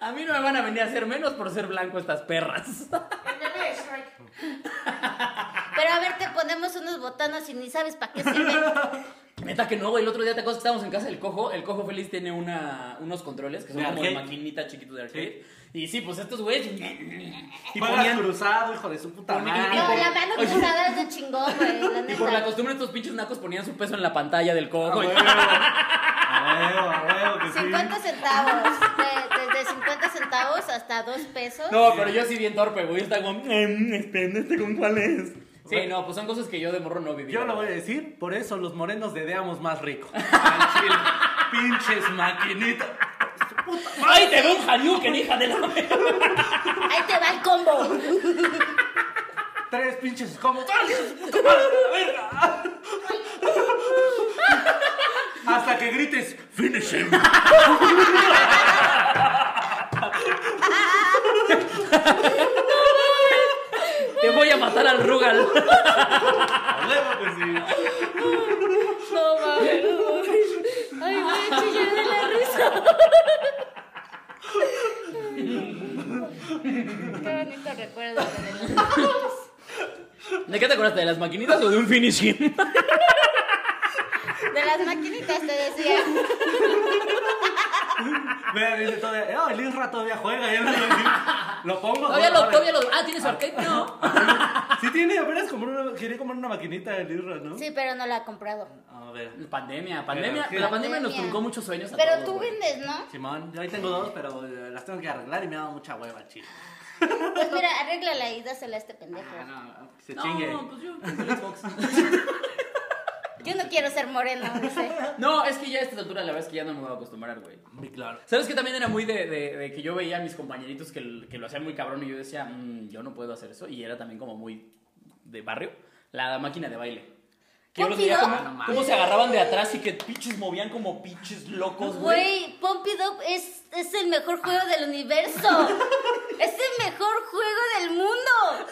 [SPEAKER 1] A mí no me van a venir a hacer menos por ser blanco estas perras.
[SPEAKER 4] El bebé de Shrek.
[SPEAKER 3] Pero a ver, te ponemos unos botanos y ni sabes para qué sirven.
[SPEAKER 1] Neta que no, güey. El otro día te acuerdas que estábamos en casa del cojo. El cojo feliz tiene una, unos controles que son
[SPEAKER 2] De
[SPEAKER 1] como de
[SPEAKER 2] arcade.
[SPEAKER 1] maquinita chiquito de arcade. Y sí, pues estos güeyes.
[SPEAKER 2] Y
[SPEAKER 1] Y
[SPEAKER 2] ponían
[SPEAKER 1] ponían.
[SPEAKER 2] cruzado, hijo de su puta
[SPEAKER 1] Ponían-
[SPEAKER 2] madre.
[SPEAKER 3] No, la mano cruzada es de chingón, güey, la
[SPEAKER 1] Y por la
[SPEAKER 3] neta.
[SPEAKER 1] costumbre, estos pinches nacos ponían su peso en la pantalla del
[SPEAKER 2] A
[SPEAKER 1] cojo.
[SPEAKER 2] huevo. A huevo, a huevo, que sí.
[SPEAKER 3] 50 centavos. de- desde 50 centavos hasta 2 pesos.
[SPEAKER 1] No, pero yo sí bien torpe, güey. Está como, "Em, este, este con cuál es. Sí,
[SPEAKER 2] Bueno.
[SPEAKER 1] no, pues son cosas que yo de morro no viví.
[SPEAKER 2] Yo lo voy a decir, por eso los morenos dedeamos más rico. Al chile. Pinches maquinitas.
[SPEAKER 1] ¡Ay, te veo un Hanyuken, hija de la
[SPEAKER 3] Ahí te va el combo.
[SPEAKER 2] Tres pinches como. Hasta que grites, finish him.
[SPEAKER 1] Te voy a matar al Rugal.
[SPEAKER 2] A huevo que sí.
[SPEAKER 3] No mames. Ay, güey, chillé de la risa. Qué bonito recuerdo. de verdad.
[SPEAKER 1] ¿De qué te acordaste? ¿De las maquinitas o de un finishing?
[SPEAKER 3] De las maquinitas te decía.
[SPEAKER 2] Mira, dice todavía, "Oh, el Isra todavía juega. ya no lo- lo pongo.
[SPEAKER 1] Todavía lo,
[SPEAKER 2] juega,
[SPEAKER 1] todavía lo. Ah, tienes arcade, no.
[SPEAKER 2] Sí tiene, apenas compró una, quería comprar una maquinita el Isra, ¿no?
[SPEAKER 3] Sí, pero no la ha comprado.
[SPEAKER 2] A ver.
[SPEAKER 1] Pandemia, pandemia.
[SPEAKER 2] Pero,
[SPEAKER 1] la pandemia nos
[SPEAKER 3] Pandemia.
[SPEAKER 1] truncó muchos sueños a
[SPEAKER 3] Pero
[SPEAKER 1] todos,
[SPEAKER 3] tú
[SPEAKER 1] güey.
[SPEAKER 3] vendes, ¿no?
[SPEAKER 2] Simón, yo ahí tengo dos, pero eh, las tengo que arreglar y me ha dado mucha hueva, chico.
[SPEAKER 3] Pues mira, arréglala y dásela a este pendejo.
[SPEAKER 2] Ah, no, que se
[SPEAKER 1] No,
[SPEAKER 2] chingue.
[SPEAKER 1] pues yo tengo el Xbox.
[SPEAKER 3] Yo no quiero ser moreno, dice.
[SPEAKER 1] No, es que ya a esta altura la verdad es que ya no me voy a acostumbrar, güey.
[SPEAKER 2] Muy claro.
[SPEAKER 1] ¿Sabes que también era muy de, de- de que yo veía a mis compañeritos que, l- que lo hacían muy cabrón y yo decía, "Mm, yo no puedo hacer eso? Y era también como muy de barrio, la máquina de baile. Que yo los veía
[SPEAKER 3] ¿Pompidou?
[SPEAKER 1] como,
[SPEAKER 2] Ah,
[SPEAKER 1] cómo se agarraban de atrás y que pinches movían como pinches locos, Pues, güey.
[SPEAKER 3] Güey, Pompidou es, es el mejor juego del universo. Es el mejor juego del mundo.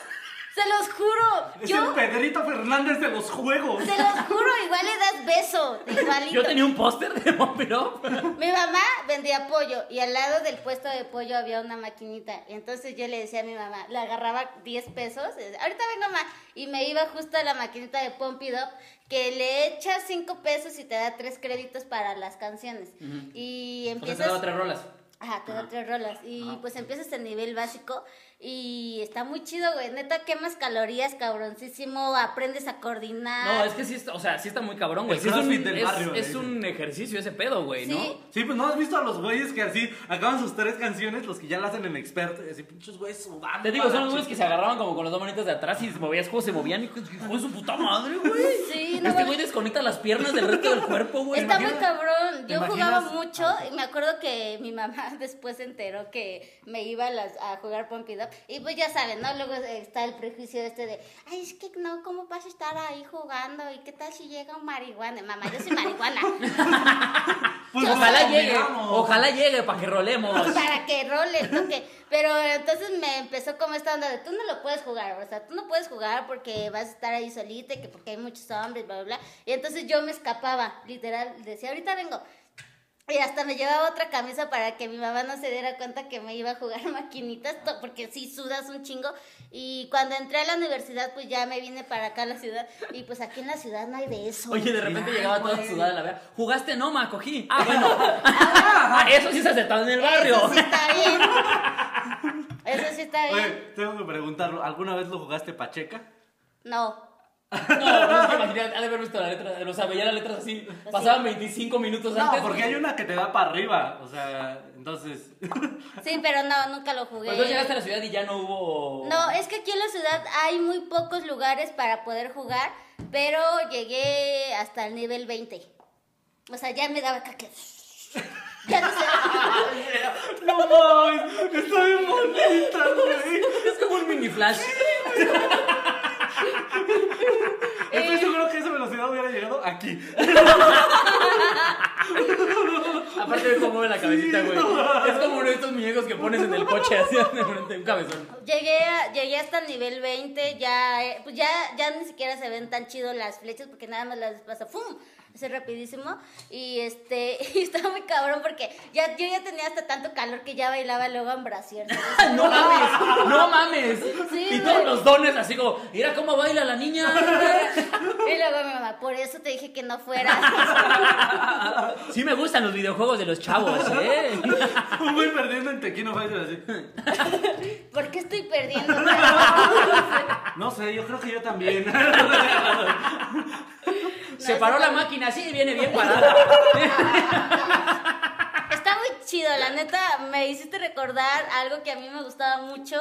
[SPEAKER 3] Se los juro.
[SPEAKER 2] Es el
[SPEAKER 3] Yo,
[SPEAKER 2] Pedrito Fernández de los juegos.
[SPEAKER 3] se los juro, igual le das beso. Igualito.
[SPEAKER 1] Yo tenía un póster de Pompidou.
[SPEAKER 3] Mi mamá vendía pollo y al lado del puesto de pollo había una maquinita. Y entonces yo le decía a mi mamá, le agarraba 10 pesos, y decía, ahorita vengo mamá, y me iba justo a la maquinita de Pompidop, que le echas 5 pesos y te da 3 créditos para las canciones. Y
[SPEAKER 1] O sea, se daba
[SPEAKER 3] empiezas...
[SPEAKER 1] tres rolas.
[SPEAKER 3] Ajá, te da
[SPEAKER 1] Ajá. Ah,
[SPEAKER 3] tres rolas. Y
[SPEAKER 1] Ajá.
[SPEAKER 3] pues empiezas el nivel básico y está muy chido, güey. Neta, quemas calorías, cabroncísimo, aprendes a coordinar.
[SPEAKER 1] No, es que sí, está, o sea, sí está muy cabrón, güey.
[SPEAKER 2] El
[SPEAKER 1] Sí es, un,
[SPEAKER 2] crossfit del
[SPEAKER 1] es-
[SPEAKER 2] barrio,
[SPEAKER 1] es
[SPEAKER 2] dice.
[SPEAKER 1] un ejercicio ese pedo, güey, ¿no?
[SPEAKER 3] Sí.
[SPEAKER 2] Sí, pues no has visto a los güeyes que así acaban sus tres canciones, los que ya la hacen en experto, y así pinches güeyes sudando.
[SPEAKER 1] Te digo,
[SPEAKER 2] a la
[SPEAKER 1] son los güeyes que se
[SPEAKER 2] chingada.
[SPEAKER 1] agarraban como con las dos manitas de atrás y se movías como se movían y hijo de su puta madre, güey.
[SPEAKER 3] Sí, no
[SPEAKER 1] Este
[SPEAKER 3] mames.
[SPEAKER 1] güey desconecta las piernas del resto del cuerpo, güey.
[SPEAKER 3] Está muy
[SPEAKER 2] imaginas-
[SPEAKER 3] cabrón.
[SPEAKER 2] ¿te
[SPEAKER 3] Yo jugaba
[SPEAKER 2] imaginas?
[SPEAKER 3] mucho
[SPEAKER 2] Ah,
[SPEAKER 3] y me acuerdo que mi mamá después se enteró que me iba a, las- a jugar Pump It Up. Y pues ya saben, ¿no? Luego está el prejuicio este de, ay, es que no, ¿cómo vas a estar ahí jugando? ¿Y qué tal si llega un marihuana? Mamá, yo soy marihuana.
[SPEAKER 2] Pues,
[SPEAKER 1] Ojalá
[SPEAKER 2] nos
[SPEAKER 1] llegue,
[SPEAKER 2] combinamos.
[SPEAKER 1] ojalá llegue para que rolemos.
[SPEAKER 3] Para que role, ¿no? Que- Pero entonces me empezó como esta onda de, tú no lo puedes jugar, o sea, tú no puedes jugar porque vas a estar ahí solita y que porque hay muchos hombres, bla, bla, bla. Y entonces yo me escapaba, literal, decía, ahorita vengo. Y hasta me llevaba otra camisa para que mi mamá no se diera cuenta que me iba a jugar maquinitas, to- porque sí sudas un chingo. Y cuando entré a la universidad, pues ya me vine para acá a la ciudad. Y pues aquí en la ciudad no hay de eso.
[SPEAKER 1] Oye, de repente
[SPEAKER 2] Ay,
[SPEAKER 1] llegaba toda
[SPEAKER 2] güey.
[SPEAKER 1] sudada la verga. ¿Jugaste? No, ma, cogí. Ah, bueno. Ah, eso sí se aceptaba en el barrio.
[SPEAKER 3] Eso sí está bien. Eso sí está
[SPEAKER 2] Oye,
[SPEAKER 3] bien.
[SPEAKER 2] tengo que preguntarlo, ¿alguna vez lo jugaste Pacheca?
[SPEAKER 3] No.
[SPEAKER 1] No, no, pues, es que imagínate, ha de haber visto la letra, o sea, veía las letras así, pasaban 25 minutos
[SPEAKER 2] No,
[SPEAKER 1] antes.
[SPEAKER 2] porque hay una que te da para arriba, o sea, entonces...
[SPEAKER 3] Sí, pero no, nunca lo jugué.
[SPEAKER 1] Pues entonces llegaste a la ciudad y ya no hubo...
[SPEAKER 3] No, es que aquí en la ciudad hay muy pocos lugares para poder jugar, pero llegué hasta el nivel 20. O sea, ya me daba caque. Ya no sé.
[SPEAKER 2] ¡No mames! ¡Está bien bonita, güey!
[SPEAKER 1] Es como un mini flash.
[SPEAKER 2] Estoy seguro que esa velocidad hubiera llegado aquí.
[SPEAKER 1] Aparte de cómo mueve la cabecita, güey. Es como uno de estos muñecos que pones en el coche, así, de frente, un cabezón.
[SPEAKER 3] Llegué, a- llegué hasta el nivel 20, ya, eh, pues ya, ya ni siquiera se ven tan chido las flechas porque nada más las pasa ¡fum! Así rapidísimo. Y este, y estaba muy cabrón porque ya, yo ya tenía hasta tanto calor que ya bailaba luego en brasier. ¿sabes?
[SPEAKER 1] No mames, no mames.
[SPEAKER 3] Sí,
[SPEAKER 1] y
[SPEAKER 3] güey.
[SPEAKER 1] todos los dones así como, mira cómo baila la niña.
[SPEAKER 3] Y luego mi mamá, por eso te dije que no fueras.
[SPEAKER 1] Sí me gustan los videojuegos de los chavos, ¿eh?
[SPEAKER 2] Un güey perdiendo en Tequino Fighter así.
[SPEAKER 3] ¿Por qué estoy perdiendo?
[SPEAKER 2] No sé, yo creo que yo también.
[SPEAKER 1] Se
[SPEAKER 3] No,
[SPEAKER 1] paró
[SPEAKER 3] está
[SPEAKER 1] la
[SPEAKER 3] muy-
[SPEAKER 1] máquina, sí, viene bien parada.
[SPEAKER 3] Está muy chido, la neta. Me hiciste recordar algo que a mí me gustaba mucho,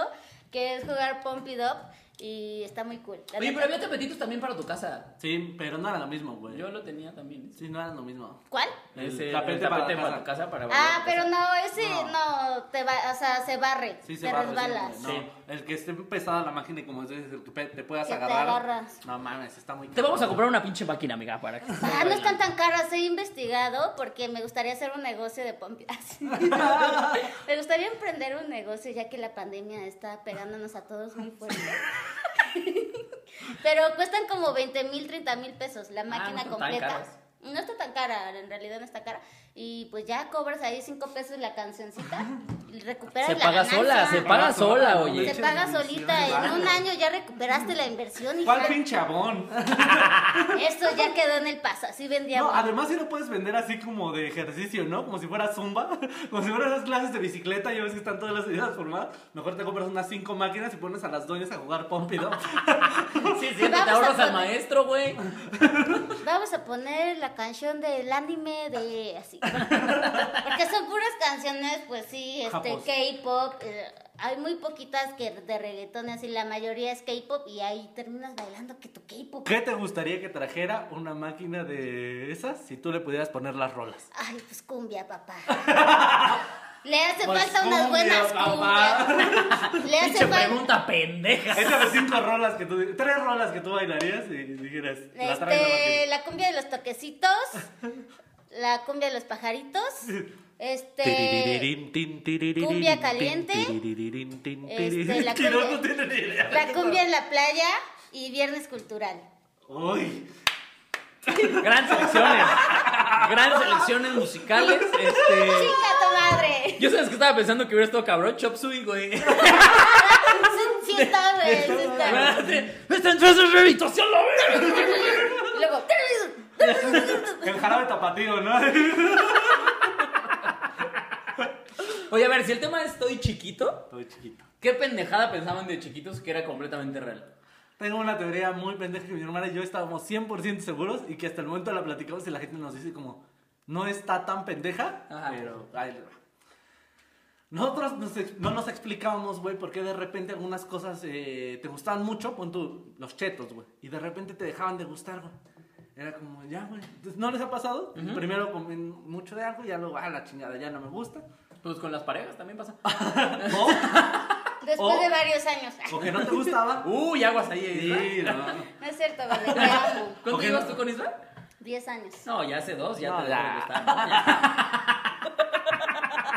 [SPEAKER 3] que es jugar Pump It Up. Y está muy cool. la
[SPEAKER 1] Oye,
[SPEAKER 3] neta.
[SPEAKER 1] pero había tapetitos también para tu casa.
[SPEAKER 2] Sí, pero no era lo mismo, güey.
[SPEAKER 1] Yo lo tenía también. este,
[SPEAKER 2] Sí, no era lo mismo.
[SPEAKER 3] ¿Cuál?
[SPEAKER 2] Ese,
[SPEAKER 1] el
[SPEAKER 2] tapete para
[SPEAKER 1] tapete
[SPEAKER 2] la
[SPEAKER 1] para
[SPEAKER 2] casa.
[SPEAKER 1] tu casa para
[SPEAKER 3] Ah,
[SPEAKER 1] volver a tu
[SPEAKER 3] pero
[SPEAKER 1] casa.
[SPEAKER 3] no, ese
[SPEAKER 2] No.
[SPEAKER 3] no, te va, o sea, se barre,
[SPEAKER 2] Sí, se
[SPEAKER 3] te
[SPEAKER 2] barre,
[SPEAKER 3] resbalas.
[SPEAKER 2] sí, güey, no. El que esté pesada la máquina y como ese es el que pe- te puedas
[SPEAKER 3] Que te
[SPEAKER 2] agarrar.
[SPEAKER 3] agarras.
[SPEAKER 2] No mames, está muy
[SPEAKER 1] Te vamos a
[SPEAKER 2] cabrón.
[SPEAKER 1] comprar una pinche máquina, amiga, para que.
[SPEAKER 3] Ah, no están tan caras, he investigado porque me gustaría hacer un negocio de Pump It Up. me gustaría emprender un negocio ya que la pandemia está pegándonos a todos muy fuerte. Pero cuestan como 20 mil, 30 mil pesos la máquina
[SPEAKER 1] Ah, no están tan
[SPEAKER 3] completa.
[SPEAKER 1] caras.
[SPEAKER 3] No está tan cara, en realidad no está cara. Y pues ya cobras ahí 5 pesos la cancioncita, y recuperas
[SPEAKER 1] Se
[SPEAKER 3] la
[SPEAKER 1] paga
[SPEAKER 3] ganancia.
[SPEAKER 1] sola, se paga
[SPEAKER 2] Paga sola,
[SPEAKER 1] sola,
[SPEAKER 2] no
[SPEAKER 1] oye.
[SPEAKER 2] manches.
[SPEAKER 3] Se paga solita,
[SPEAKER 2] Claro.
[SPEAKER 3] en un año ya recuperaste la inversión y
[SPEAKER 2] ¿Cuál pinche abón?
[SPEAKER 3] eso ya quedó en el paso, así vendíamos.
[SPEAKER 2] No, además sí lo puedes vender así como de ejercicio, ¿no? Como si fuera zumba, como si fueran esas clases de bicicleta, ya ves que están todas las ideas formadas. Mejor te compras unas cinco máquinas y pones a las doñas a jugar pompido.
[SPEAKER 1] Sí, sí, te
[SPEAKER 3] Vamos a
[SPEAKER 1] ahorras al
[SPEAKER 3] poner-
[SPEAKER 1] maestro, güey.
[SPEAKER 3] Vamos a poner la canción del anime de así. Porque son puras canciones, pues sí, este
[SPEAKER 2] Japos.
[SPEAKER 3] K-pop. eh, hay muy poquitas que de reggaetón así, la mayoría es K-pop y ahí terminas bailando que tu K-pop.
[SPEAKER 2] ¿Qué te gustaría que trajera una máquina de esas si tú le pudieras poner las rolas?
[SPEAKER 3] Ay, pues cumbia, papá. Le hace
[SPEAKER 2] Pues
[SPEAKER 3] falta unas
[SPEAKER 2] cumbia,
[SPEAKER 3] buenas
[SPEAKER 2] papá.
[SPEAKER 3] cumbias. Le hace
[SPEAKER 1] Pinche
[SPEAKER 3] falta
[SPEAKER 1] pregunta pendeja.
[SPEAKER 2] Esas de cinco rolas que tú, tres rolas que tú bailarías y dijeras, la traes
[SPEAKER 3] este,
[SPEAKER 2] a
[SPEAKER 3] la cumbia de los toquecitos, la cumbia de los pajaritos, este
[SPEAKER 2] máquina.
[SPEAKER 3] cumbia caliente, este, la
[SPEAKER 2] Chino
[SPEAKER 3] cumbia-
[SPEAKER 2] no tiene ni idea.
[SPEAKER 3] la cumbia en la playa y viernes cultural.
[SPEAKER 2] Uy.
[SPEAKER 1] Gran selecciones. Gran selecciones musicales.
[SPEAKER 2] Eh.
[SPEAKER 1] Este.
[SPEAKER 3] ¡Chinga tu madre!
[SPEAKER 1] Yo sabes que estaba pensando que hubiera estado cabrón Chop Suey, güey.
[SPEAKER 3] Sí, sí está, güey, sí está.
[SPEAKER 1] Está en su rehabilitación, lo ve.
[SPEAKER 3] Y Luego,
[SPEAKER 2] El jarabe tapatío, ¿no?
[SPEAKER 1] Oye, a ver, si el tema es estoy chiquito,
[SPEAKER 2] Todo chiquito.
[SPEAKER 1] ¿qué pendejada pensaban de chiquitos que era completamente real?
[SPEAKER 2] Tengo una teoría muy pendeja que mi hermana y yo estábamos 100% seguros y que hasta el momento la platicamos y la gente nos dice como, no está tan pendeja,
[SPEAKER 1] Ajá.
[SPEAKER 2] pero ahí le va. Nosotros nos ex- no nos explicábamos, güey, por qué de repente algunas cosas eh, te gustaban mucho, pon tú, los chetos, güey, y de repente te dejaban de gustar, güey. Era como, ya, güey, Entonces, ¿no les ha pasado? Primero comen mucho de algo, ya luego, ah, la chingada, ya no me gusta.
[SPEAKER 1] Pues con las parejas también pasa.
[SPEAKER 2] O,
[SPEAKER 3] Después
[SPEAKER 2] O-
[SPEAKER 3] de varios años.
[SPEAKER 2] o que no te gustaba.
[SPEAKER 1] Uy, aguas ahí, Isra.
[SPEAKER 2] Sí, no.
[SPEAKER 3] No es cierto, vale, te amo.
[SPEAKER 1] ¿Cuánto
[SPEAKER 2] Ok,
[SPEAKER 1] llevas
[SPEAKER 2] no.
[SPEAKER 1] tú con Isra?
[SPEAKER 3] Diez años.
[SPEAKER 1] No, ya hace dos, ya
[SPEAKER 2] No,
[SPEAKER 1] te
[SPEAKER 2] ya.
[SPEAKER 1] dejó de gustar, ¿no? Ya.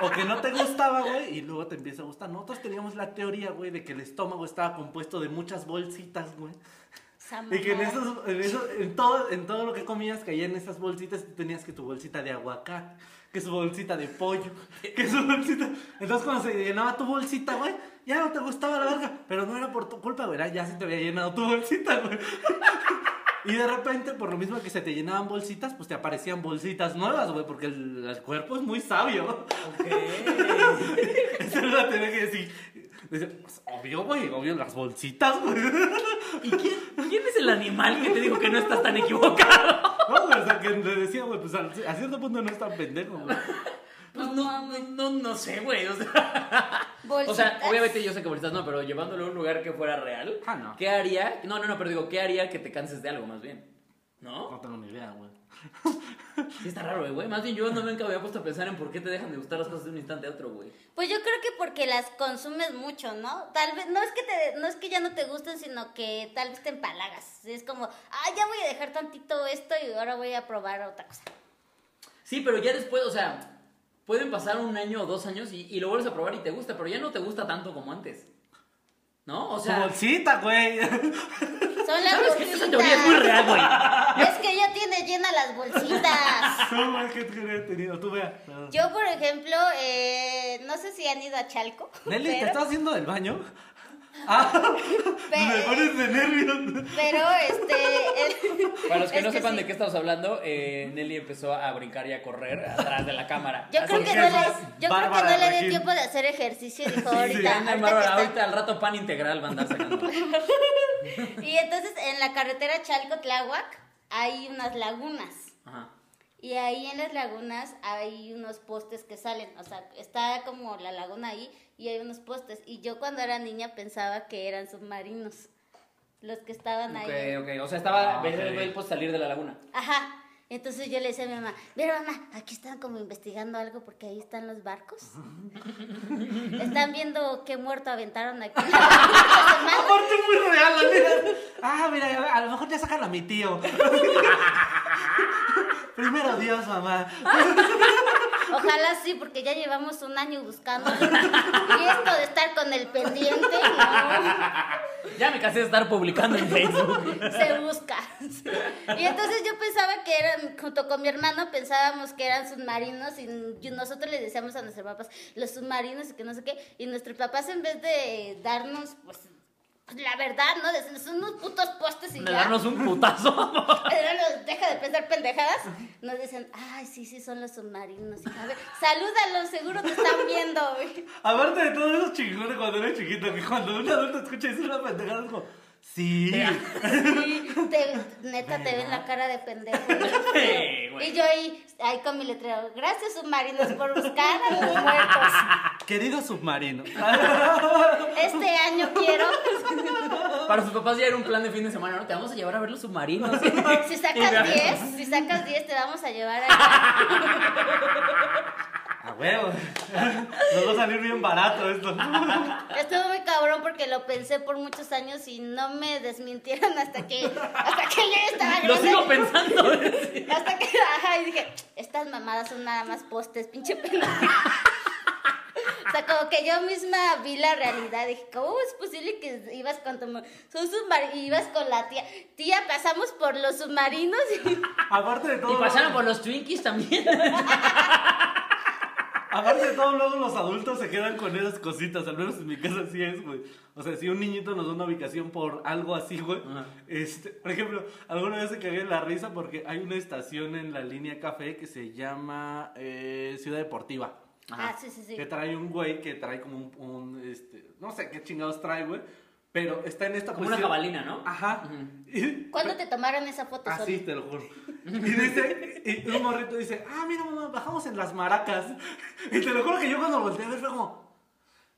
[SPEAKER 2] O que no te gustaba, güey, y luego te empieza a gustar. Nosotros teníamos la teoría, güey, de que el estómago estaba compuesto de muchas bolsitas, güey.
[SPEAKER 3] Esa
[SPEAKER 2] Y que en
[SPEAKER 3] mamada.
[SPEAKER 2] esos, en esos- en todo, en todo lo que comías caía en esas bolsitas, tú tenías que tu bolsita de aguacate, que su bolsita de pollo, que su bolsita. Entonces cuando se llenaba tu bolsita, güey, ya no te gustaba la verga. Pero no era por tu culpa, güey, era ya se te había llenado tu bolsita, güey. Y de repente, por lo mismo que se te llenaban bolsitas, pues te aparecían bolsitas nuevas, güey, porque el, el cuerpo es muy sabio. Esa es la teoría que decir. Dice, pues, obvio, güey, obvio, las bolsitas, güey.
[SPEAKER 1] ¿Y quién, quién es el animal que te dijo que no estás tan equivocado?
[SPEAKER 2] No, güey, o sea, que le decía, güey, pues al- a cierto punto no es tan pendejo, güey.
[SPEAKER 1] Pues no, no, no, no sé, güey. O sea, o sea,
[SPEAKER 3] Bolsitas.
[SPEAKER 1] obviamente yo sé que bolsitas no, pero llevándolo a un lugar que fuera real,
[SPEAKER 2] Ah, no.
[SPEAKER 1] ¿qué haría? No, no, no, pero digo, ¿qué haría que te canses de algo más bien? ¿No?
[SPEAKER 2] No tengo ni idea, güey.
[SPEAKER 1] Sí, está raro, güey. Más bien yo no nunca me había puesto a pensar en por qué te dejan de gustar las cosas de un instante a otro, güey.
[SPEAKER 3] Pues yo creo que porque las consumes mucho, ¿no? Tal vez, no es que te, no es que ya no te gusten, sino que tal vez te empalagas. Es como, ah, ya voy a dejar tantito esto y ahora voy a probar otra cosa.
[SPEAKER 1] Sí, pero ya después, o sea, pueden pasar un año o dos años y, y lo vuelves a probar y te gusta, pero ya no te gusta tanto como antes. ¿No? O
[SPEAKER 2] Su
[SPEAKER 1] sea,
[SPEAKER 2] bolsita, güey.
[SPEAKER 3] Son las
[SPEAKER 1] ¿sabes que
[SPEAKER 3] bolsitas.
[SPEAKER 1] esa teoría es muy real, güey?
[SPEAKER 3] Es que ya tiene llena las bolsitas.
[SPEAKER 2] No, güey, que hubiera tenido, tú vea.
[SPEAKER 3] Yo, por ejemplo, eh, no sé si han ido a Chalco.
[SPEAKER 2] Nelly, ¿te
[SPEAKER 3] pero,
[SPEAKER 2] estás haciendo del baño? Ah, me
[SPEAKER 3] Pero-
[SPEAKER 2] pones de nervios.
[SPEAKER 3] pero, este. el-
[SPEAKER 1] Para los que
[SPEAKER 3] es
[SPEAKER 1] no sepan de
[SPEAKER 3] sí.
[SPEAKER 1] qué estamos hablando, eh, Nelly empezó a brincar y a correr atrás de la cámara.
[SPEAKER 3] Yo creo
[SPEAKER 1] Así
[SPEAKER 3] que
[SPEAKER 2] que
[SPEAKER 3] no
[SPEAKER 2] eso es
[SPEAKER 3] le, yo creo que
[SPEAKER 2] Bárbara
[SPEAKER 3] no le di
[SPEAKER 2] Regil.
[SPEAKER 3] tiempo de hacer ejercicio y dijo
[SPEAKER 2] Sí,
[SPEAKER 3] ahorita,
[SPEAKER 1] anda,
[SPEAKER 3] ahorita que
[SPEAKER 1] Bárbara,
[SPEAKER 3] está-
[SPEAKER 1] ahorita al rato pan integral va a andar sacando.
[SPEAKER 3] Y entonces en la carretera Chalco-Tláhuac hay unas lagunas.
[SPEAKER 1] Ajá.
[SPEAKER 3] Y ahí en las lagunas hay unos postes que salen. O sea, está como la laguna ahí y hay unos postes. Y yo cuando era niña pensaba que eran submarinos los que estaban ahí.
[SPEAKER 1] Ok, ok. O sea, estaba
[SPEAKER 2] Ah,
[SPEAKER 1] ves el
[SPEAKER 2] ok.
[SPEAKER 1] güey, pues, salir de la laguna.
[SPEAKER 3] Ajá. Entonces yo le decía a mi mamá, mira mamá, aquí están como investigando algo porque ahí están los barcos. están viendo qué muerto aventaron aquí.
[SPEAKER 2] Aparte, muy real, la neta. Ah, mira, a lo mejor ya sacan a mi tío. Primero Dios, mamá.
[SPEAKER 3] Ojalá sí, porque ya llevamos un año buscando. y esto de estar con el pendiente, no,
[SPEAKER 1] Ya me cansé de estar publicando en Facebook.
[SPEAKER 3] se busca. Y entonces yo pensaba que eran, junto con mi hermano, pensábamos que eran submarinos y y nosotros le decíamos a nuestros papás, los submarinos y que no sé qué, y nuestros papás en vez de darnos, pues, pues, la verdad, ¿no? Decirnos, Son unos putos postes y
[SPEAKER 1] De
[SPEAKER 3] ya.
[SPEAKER 1] darnos un putazo.
[SPEAKER 3] Pero los deja de pensar pendejadas. Nos dicen, ay, sí, sí, son los submarinos. Y, A ver, salúdalos, seguro te están viendo. güey".
[SPEAKER 2] Aparte de todo eso chingones cuando eres chiquito, que cuando un adulto escucha decir una pendejada es como, sí.
[SPEAKER 3] Sí, te- neta, te ven la cara de pendejo.
[SPEAKER 1] Sí, güey.
[SPEAKER 3] Y yo ahí, ahí con mi letrero, gracias submarinos por buscar a los muertos.
[SPEAKER 2] Querido submarino.
[SPEAKER 3] Este año quiero,
[SPEAKER 1] Para sus papás ya era un plan de fin de semana, ¿no? Te vamos a llevar a ver los submarinos.
[SPEAKER 3] si
[SPEAKER 1] Y me-
[SPEAKER 3] sacas 10, si sacas 10 te vamos a llevar allá.
[SPEAKER 2] A huevo. Nos va a salir bien barato esto.
[SPEAKER 3] Estuvo muy cabrón porque lo pensé por muchos años y no me desmintieron hasta que, hasta que yo ya estaba grande.
[SPEAKER 1] Lo sigo pensando.
[SPEAKER 3] Hasta que, ajá, y dije, estas mamadas son nada más postes, pinche pendejo. O sea, como que yo misma vi la realidad. Dije, ¿cómo es posible que ibas con tu... ma- Son submar- y ibas con la tía. Tía, pasamos por los submarinos y...
[SPEAKER 2] Aparte de todo.
[SPEAKER 1] Y pasaron
[SPEAKER 2] luego-
[SPEAKER 1] por los Twinkies también.
[SPEAKER 2] Aparte de todo, luego los adultos se quedan con esas cositas. Al menos en mi casa así es, güey. O sea, si un niñito nos da una ubicación por algo así, güey.
[SPEAKER 1] Ajá.
[SPEAKER 2] Este, por ejemplo, alguna vez se cagué en la risa porque hay una estación en la línea café que se llama eh, Ciudad Deportiva.
[SPEAKER 1] Ajá.
[SPEAKER 3] Ah, sí, sí, sí.
[SPEAKER 2] Que trae un güey que trae como un, un, este, no sé qué chingados trae, güey. Pero está en esta
[SPEAKER 1] Como una
[SPEAKER 2] posición-
[SPEAKER 1] jabalina, ¿no?
[SPEAKER 2] Ajá. Y-
[SPEAKER 3] ¿Cuándo te tomaron esa foto,
[SPEAKER 1] Ah,
[SPEAKER 2] Así,
[SPEAKER 3] Sony?
[SPEAKER 2] te lo juro. Y dice, y un morrito dice, ah, mira, mamá, bajamos en las maracas. Y te lo juro que yo cuando volteé a ver fue como,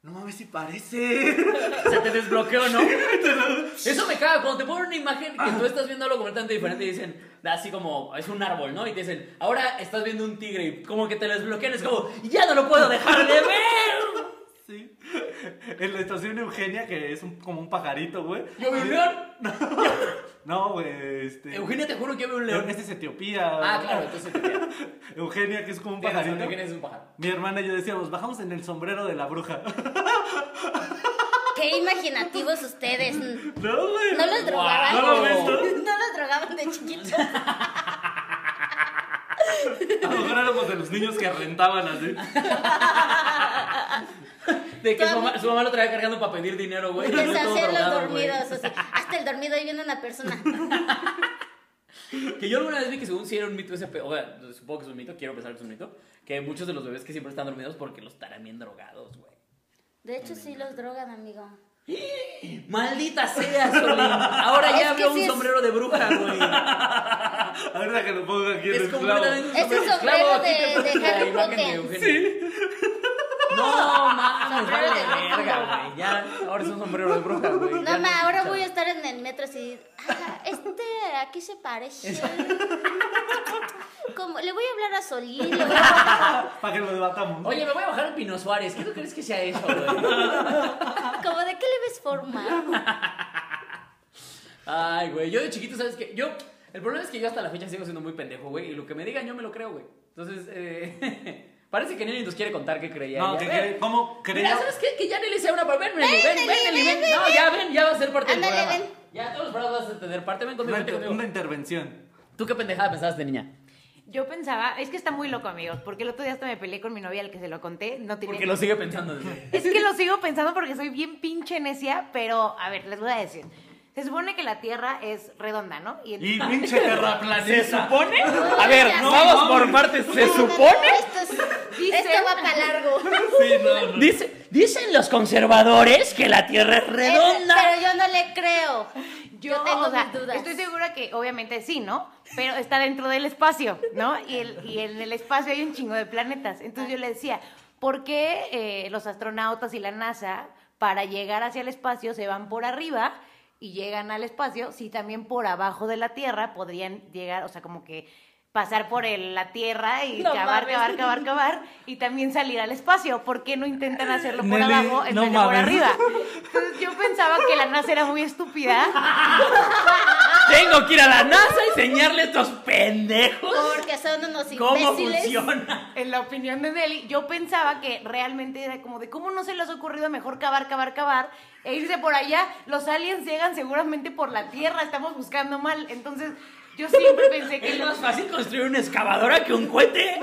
[SPEAKER 2] no mames, si parece.
[SPEAKER 1] Se te desbloqueó, ¿no? Eso me caga. Cuando te ponen una imagen que tú estás viendo algo completamente diferente y dicen, así como, es un árbol, ¿no? Y te dicen, ahora estás viendo un tigre y como que te desbloquean, es como, ya no lo puedo dejar de ver.
[SPEAKER 2] Sí. En la estación Eugenia, que es un- como un pajarito, güey.
[SPEAKER 1] Yo vi un león.
[SPEAKER 2] No, güey, este...
[SPEAKER 1] Eugenia, te juro que yo vi un
[SPEAKER 2] León,
[SPEAKER 1] león.
[SPEAKER 2] este es Etiopía.
[SPEAKER 1] Ah, claro, entonces te creo.
[SPEAKER 2] Eugenia, que es como un
[SPEAKER 1] Tienes razón,
[SPEAKER 2] pajarito.
[SPEAKER 1] Eugenia es un pájaro.
[SPEAKER 2] Mi hermana y yo decíamos, bajamos en el sombrero de la bruja.
[SPEAKER 3] Qué imaginativos ustedes. mm.
[SPEAKER 2] No, güey.
[SPEAKER 3] No los
[SPEAKER 1] Guau.
[SPEAKER 3] drogaban.
[SPEAKER 2] ¿No lo ves, no?
[SPEAKER 3] No los drogaban de chiquitos.
[SPEAKER 2] A lo mejor éramos de los niños que rentaban así.
[SPEAKER 1] De que
[SPEAKER 3] Tú
[SPEAKER 1] su
[SPEAKER 3] a mí-
[SPEAKER 1] mamá, su mamá lo traía cargando para pedir dinero, güey. Y todo
[SPEAKER 3] Deshacer los
[SPEAKER 1] drogado, güey.
[SPEAKER 3] dormidos. o sea, hasta el dormido ahí viene una persona.
[SPEAKER 1] Que yo alguna vez vi que según sí era un mito ese, pe- o sea, supongo que es un mito, quiero pensar que es un mito, que muchos de los bebés que siempre están dormidos porque los estarán bien drogados, güey.
[SPEAKER 3] De hecho, sí los drogan, amigo.
[SPEAKER 1] Maldita sea, Solín. Ahora ya
[SPEAKER 3] Es que
[SPEAKER 1] veo un
[SPEAKER 3] sí es-
[SPEAKER 1] sombrero de bruja, güey.
[SPEAKER 2] Ahorita que lo pongo aquí en
[SPEAKER 1] Es
[SPEAKER 2] el
[SPEAKER 1] completamente un
[SPEAKER 3] Es un
[SPEAKER 1] esclavo.
[SPEAKER 3] sombrero
[SPEAKER 1] Aquí te
[SPEAKER 3] de-
[SPEAKER 1] pones
[SPEAKER 3] de
[SPEAKER 1] la
[SPEAKER 3] Harry
[SPEAKER 1] imagen de
[SPEAKER 3] Potter.
[SPEAKER 1] Eugenio. No, mames,
[SPEAKER 3] Sombrero
[SPEAKER 1] vale
[SPEAKER 3] de
[SPEAKER 1] verga, güey. Ya, ahora es un sombrero de bruja, güey. Ya
[SPEAKER 3] No, ma, ahora voy a
[SPEAKER 1] escuchaba.
[SPEAKER 3] estar en el metro así. "Ah, este, aquí se parece. Como, le voy a hablar a Solín. le voy a-
[SPEAKER 2] Para que lo debatamos.
[SPEAKER 1] Oye, me voy a bajar en Pino Suárez. ¿Qué tú crees que sea eso, güey?
[SPEAKER 3] Como, ¿de qué le ves forma?
[SPEAKER 1] Ay, güey. Yo de chiquito, ¿sabes qué? Yo. El problema es que yo hasta la fecha sigo siendo muy pendejo, güey. Y lo que me digan, yo me lo creo, güey. Entonces, eh. Parece que Nelly nos quiere contar qué creía.
[SPEAKER 2] no,
[SPEAKER 1] ella.
[SPEAKER 2] que
[SPEAKER 1] Ven.
[SPEAKER 2] cree- ¿cómo
[SPEAKER 1] Mira,
[SPEAKER 2] creía?
[SPEAKER 1] ¿sabes qué? Que ya Nelly sea una ven, ven, Nelly, ven, ven,
[SPEAKER 3] Nelly,
[SPEAKER 1] Nelly, ven.
[SPEAKER 3] ven, ven,
[SPEAKER 1] No, ya ven, ya va a ser parte
[SPEAKER 3] Ándale,
[SPEAKER 1] del programa.
[SPEAKER 3] ven.
[SPEAKER 1] Ya todos los programas vas a tener parte, ven conmigo,
[SPEAKER 2] Una,
[SPEAKER 1] vente
[SPEAKER 2] inter- una
[SPEAKER 1] conmigo.
[SPEAKER 2] intervención.
[SPEAKER 1] ¿Tú qué pendejada pensabas de niña?
[SPEAKER 4] Yo pensaba, es que está muy loco, amigos, porque el otro día hasta me peleé con mi novia al que se lo conté. No tenía.
[SPEAKER 1] Porque lo sigue pensando. desde-
[SPEAKER 4] Es que lo sigo pensando porque soy bien pinche necia, pero a ver, les voy a decir. Se supone que la Tierra es redonda, ¿no? Y
[SPEAKER 2] Y pinche terraplanista.
[SPEAKER 1] supone? A
[SPEAKER 3] ya
[SPEAKER 2] no, no.
[SPEAKER 1] partes. ¿Se
[SPEAKER 3] Esto, es- esto va para largo.
[SPEAKER 2] Sí, no, no.
[SPEAKER 1] Dice- dicen los conservadores que la Tierra es
[SPEAKER 3] Eh, Pero yo no le creo. Yo, tengo
[SPEAKER 4] o sea,
[SPEAKER 3] mis dudas.
[SPEAKER 4] Estoy segura que obviamente sí, ¿no? Pero está dentro del espacio, ¿no? Y, el- y en el espacio hay un chingo de planetas. Entonces yo le decía, ¿por qué eh, los astronautas y la NASA para llegar hacia el espacio se van por arriba? Y llegan al espacio, si también por abajo de la Tierra podrían llegar, o sea, como que pasar por el- la Tierra y
[SPEAKER 3] No
[SPEAKER 4] cavar,
[SPEAKER 3] mames.
[SPEAKER 4] cavar, cavar, cavar, y también salir al espacio. ¿Por qué no intentan hacerlo por
[SPEAKER 2] Nelly,
[SPEAKER 4] abajo en
[SPEAKER 2] no
[SPEAKER 4] vez de por
[SPEAKER 2] mames.
[SPEAKER 4] arriba? Entonces yo pensaba que la NASA era muy estúpida
[SPEAKER 1] Tengo que ir a la NASA a enseñarle a estos pendejos
[SPEAKER 3] Porque son unos
[SPEAKER 1] cómo
[SPEAKER 3] imbéciles.
[SPEAKER 1] funciona.
[SPEAKER 4] En la opinión de Nelly, yo pensaba que realmente era como de cómo no se les ha ocurrido mejor cavar, cavar, cavar e irse por allá. Los aliens llegan seguramente por la Tierra, estamos buscando mal. Entonces, yo siempre pensé que
[SPEAKER 1] Es más fácil construir una excavadora que un cohete.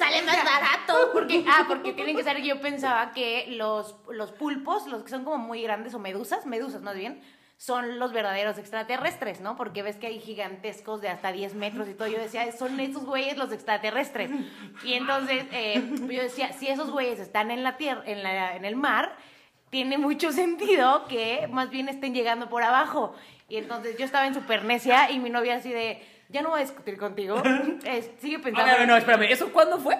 [SPEAKER 3] Sale más barato.
[SPEAKER 4] Porque, ah, porque tienen que saber que yo pensaba que los, los pulpos, los que son como muy grandes o medusas, medusas más bien, son los verdaderos extraterrestres, ¿no? Porque ves que hay gigantescos de hasta 10 metros y todo. Yo decía, son esos güeyes los extraterrestres. Y entonces eh, yo decía, si esos güeyes están en la tierra, en, la, en el mar, tiene mucho sentido que más bien estén llegando por abajo. Y entonces yo estaba en supernecia y mi novia así de, ya no voy a discutir contigo. Eh, sigue
[SPEAKER 1] A
[SPEAKER 4] pensando.
[SPEAKER 1] ver, no, espérame, ¿eso cuándo fue?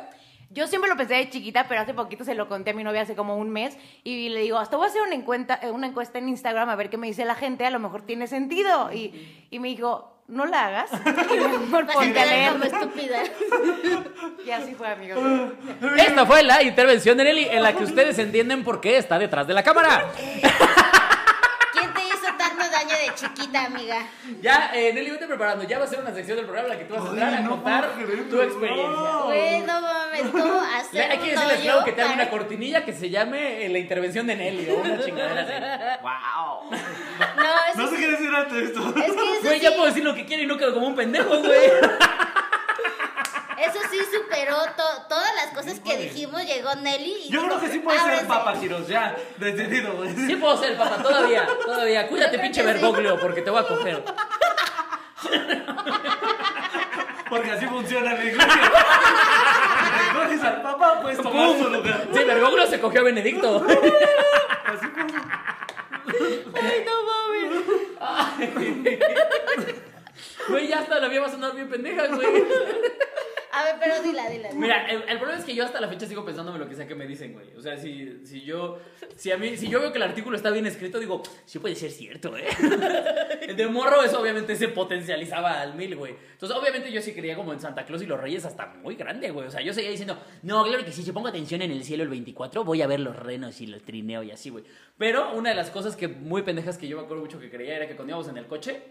[SPEAKER 4] Yo siempre lo pensé de chiquita, pero hace poquito se lo conté a mi novia hace como un mes y le digo, hasta voy a hacer una, encuenta- eh, una encuesta en Instagram a ver qué me dice la gente, a lo mejor tiene sentido. Y, y me dijo, no la hagas, y mejor
[SPEAKER 3] Vas a
[SPEAKER 4] ponte a
[SPEAKER 3] quedar como
[SPEAKER 4] leer.
[SPEAKER 3] estúpida.
[SPEAKER 4] Y así fue, amigos.
[SPEAKER 1] Esta fue la intervención de Nelly en la que ustedes entienden por qué está detrás de la cámara.
[SPEAKER 3] ¿Quién te hizo tanto daño de chiquita, amiga?
[SPEAKER 1] Ya, eh, Nelly, vete preparando. Ya va a ser una sección del programa en la que tú vas a entrar
[SPEAKER 2] Ay,
[SPEAKER 1] a
[SPEAKER 2] no
[SPEAKER 1] contar
[SPEAKER 2] puedo creerlo,
[SPEAKER 1] tu experiencia.
[SPEAKER 2] no.
[SPEAKER 3] Güey, no mames, ¿cómo
[SPEAKER 1] Le-
[SPEAKER 3] hacer
[SPEAKER 1] hay que
[SPEAKER 3] un
[SPEAKER 1] decirles,
[SPEAKER 3] hoyo
[SPEAKER 1] claro, que te haga
[SPEAKER 3] para-
[SPEAKER 1] una cortinilla que se llame eh, La intervención de Nelly o una chingadera así.
[SPEAKER 4] ¡Wow!
[SPEAKER 3] No, es,
[SPEAKER 2] No sé qué decir antes de esto.
[SPEAKER 3] es que eso
[SPEAKER 1] Güey,
[SPEAKER 3] sí,
[SPEAKER 1] ya puedo decir lo que quiero y no quedo como un pendejo, güey.
[SPEAKER 3] eso sí superó to- todas las cosas que dijimos, llegó Nelly y "Ah,
[SPEAKER 2] Yo creo que sí puede ser
[SPEAKER 3] Ábranse.
[SPEAKER 2] el Papa Giros, ya. Decidido, güey.
[SPEAKER 1] Sí puedo ser, papá, todavía, todavía. Cuídate,
[SPEAKER 3] Yo creo
[SPEAKER 1] pinche
[SPEAKER 3] que sí.
[SPEAKER 1] vergoglio, porque te voy a coger.
[SPEAKER 2] Porque así funciona la iglesia. coges al papá, pues tomar su lugar.
[SPEAKER 1] Sí, Bergoglio se cogió a Benedicto.
[SPEAKER 2] Así como.
[SPEAKER 1] Ay, no mames. Ay. Güey, ya hasta la mía va a sonar bien pendeja, güey.
[SPEAKER 3] A ver, pero dila, dila.
[SPEAKER 1] Mira, el, el problema es que yo hasta la fecha sigo pensándome lo que sea que me dicen, güey. O sea, si, si yo si a mí si yo veo que el artículo está bien escrito, digo, sí puede ser cierto, ¿eh? De morro eso obviamente se potencializaba al mil, güey. Entonces, obviamente yo sí creía como en Santa Claus y los Reyes hasta muy grande, güey. O sea, yo seguía diciendo, no, claro que sí, si pongo atención en el cielo el 24, voy a ver los renos y los trineo y así, güey. Pero una de las cosas que muy pendejas que yo me acuerdo mucho que creía era que cuando íbamos en el coche,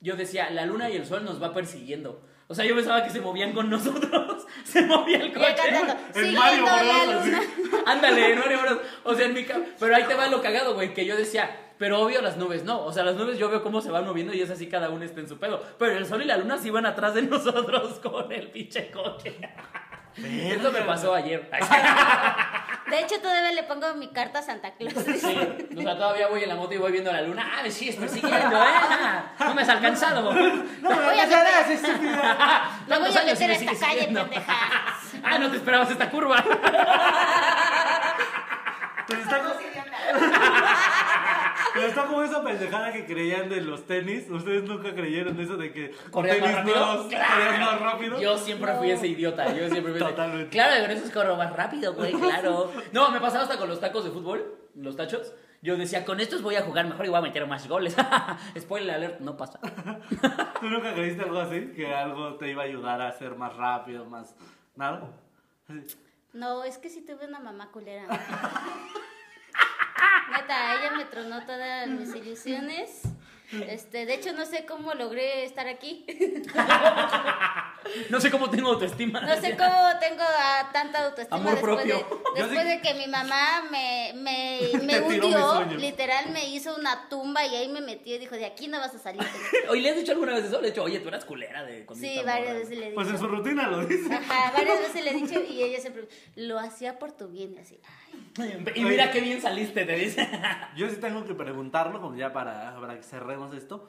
[SPEAKER 1] yo decía, la luna y el sol nos va persiguiendo. O sea, yo pensaba que se movían con nosotros. Se movía el
[SPEAKER 3] Y acá
[SPEAKER 1] coche.
[SPEAKER 3] cantando,
[SPEAKER 2] El
[SPEAKER 3] siguiendo
[SPEAKER 2] Mario
[SPEAKER 3] la
[SPEAKER 2] Bros,
[SPEAKER 3] luna.
[SPEAKER 1] Ándale, no Mario Bros. O sea, en mi ca- Pero ahí te va lo cagado, güey, que yo decía. Pero obvio las nubes no, o sea, las nubes yo veo cómo se van moviendo y es así cada uno está en su pedo. Pero el sol y la luna sí van atrás de nosotros con el pinche coche. Eso me pasó ayer.
[SPEAKER 3] Ah, De hecho, todavía le pongo mi carta a Santa Claus.
[SPEAKER 1] Sí, o sea, todavía voy en la moto y voy viendo la luna. Ah, me sigues persiguiendo, ¿eh? No me has alcanzado.
[SPEAKER 2] No me
[SPEAKER 3] Voy a
[SPEAKER 2] alcanzarás, estúpida.
[SPEAKER 3] Me voy
[SPEAKER 1] Tantos
[SPEAKER 3] a
[SPEAKER 1] años y
[SPEAKER 3] meter
[SPEAKER 1] me
[SPEAKER 3] a esta
[SPEAKER 1] sigues
[SPEAKER 3] calle,
[SPEAKER 1] siguiendo.
[SPEAKER 3] pendeja.
[SPEAKER 1] Ah, no te esperabas esta curva.
[SPEAKER 2] Pero está, como, pero está como esa pendejada que creían de los tenis. Ustedes nunca creyeron eso de que
[SPEAKER 1] Corrías más
[SPEAKER 2] tenis
[SPEAKER 1] rápido.
[SPEAKER 2] nuevos corrían más rápido.
[SPEAKER 1] Yo siempre fui ese idiota. Yo siempre fui ese-
[SPEAKER 2] Totalmente.
[SPEAKER 1] Claro, con eso es corro más rápido, güey, claro. No, me pasaba hasta con los tacos de fútbol, los tachos. Yo decía, con estos voy a jugar mejor y voy a meter más goles. Spoiler alert, no pasa.
[SPEAKER 2] ¿Tú nunca creíste algo así? Que algo te iba a ayudar a ser más rápido, más. ¿Nada?
[SPEAKER 3] No, es que sí tuve una mamá culera. Neta, ella me tronó todas mis ilusiones. Este, de hecho, no sé cómo logré estar aquí.
[SPEAKER 1] No sé cómo tengo autoestima.
[SPEAKER 3] No sé cómo tengo ah, tanta autoestima
[SPEAKER 1] Amor
[SPEAKER 3] después,
[SPEAKER 1] propio.
[SPEAKER 3] De,
[SPEAKER 2] Yo
[SPEAKER 3] después
[SPEAKER 2] sí-
[SPEAKER 3] de que mi mamá me, me, me
[SPEAKER 2] Te tiró mis
[SPEAKER 3] hundió,
[SPEAKER 2] sueños.
[SPEAKER 3] literal me hizo una tumba y ahí me metió y dijo, de aquí no vas a salir.
[SPEAKER 1] Oye, ¿le has dicho alguna vez eso? Le he dicho, oye, tú eras culera de con
[SPEAKER 3] Sí,
[SPEAKER 1] esta
[SPEAKER 3] varias
[SPEAKER 1] morra.
[SPEAKER 3] veces le
[SPEAKER 2] Pues en su
[SPEAKER 3] dije.
[SPEAKER 2] rutina lo dice.
[SPEAKER 3] Ajá, varias veces le he dicho y ella siempre lo hacía por tu bien, y así. "Ay,
[SPEAKER 1] Y mira qué bien saliste, te dice.
[SPEAKER 2] Yo sí tengo que preguntarlo, como ya para, para que cerremos esto.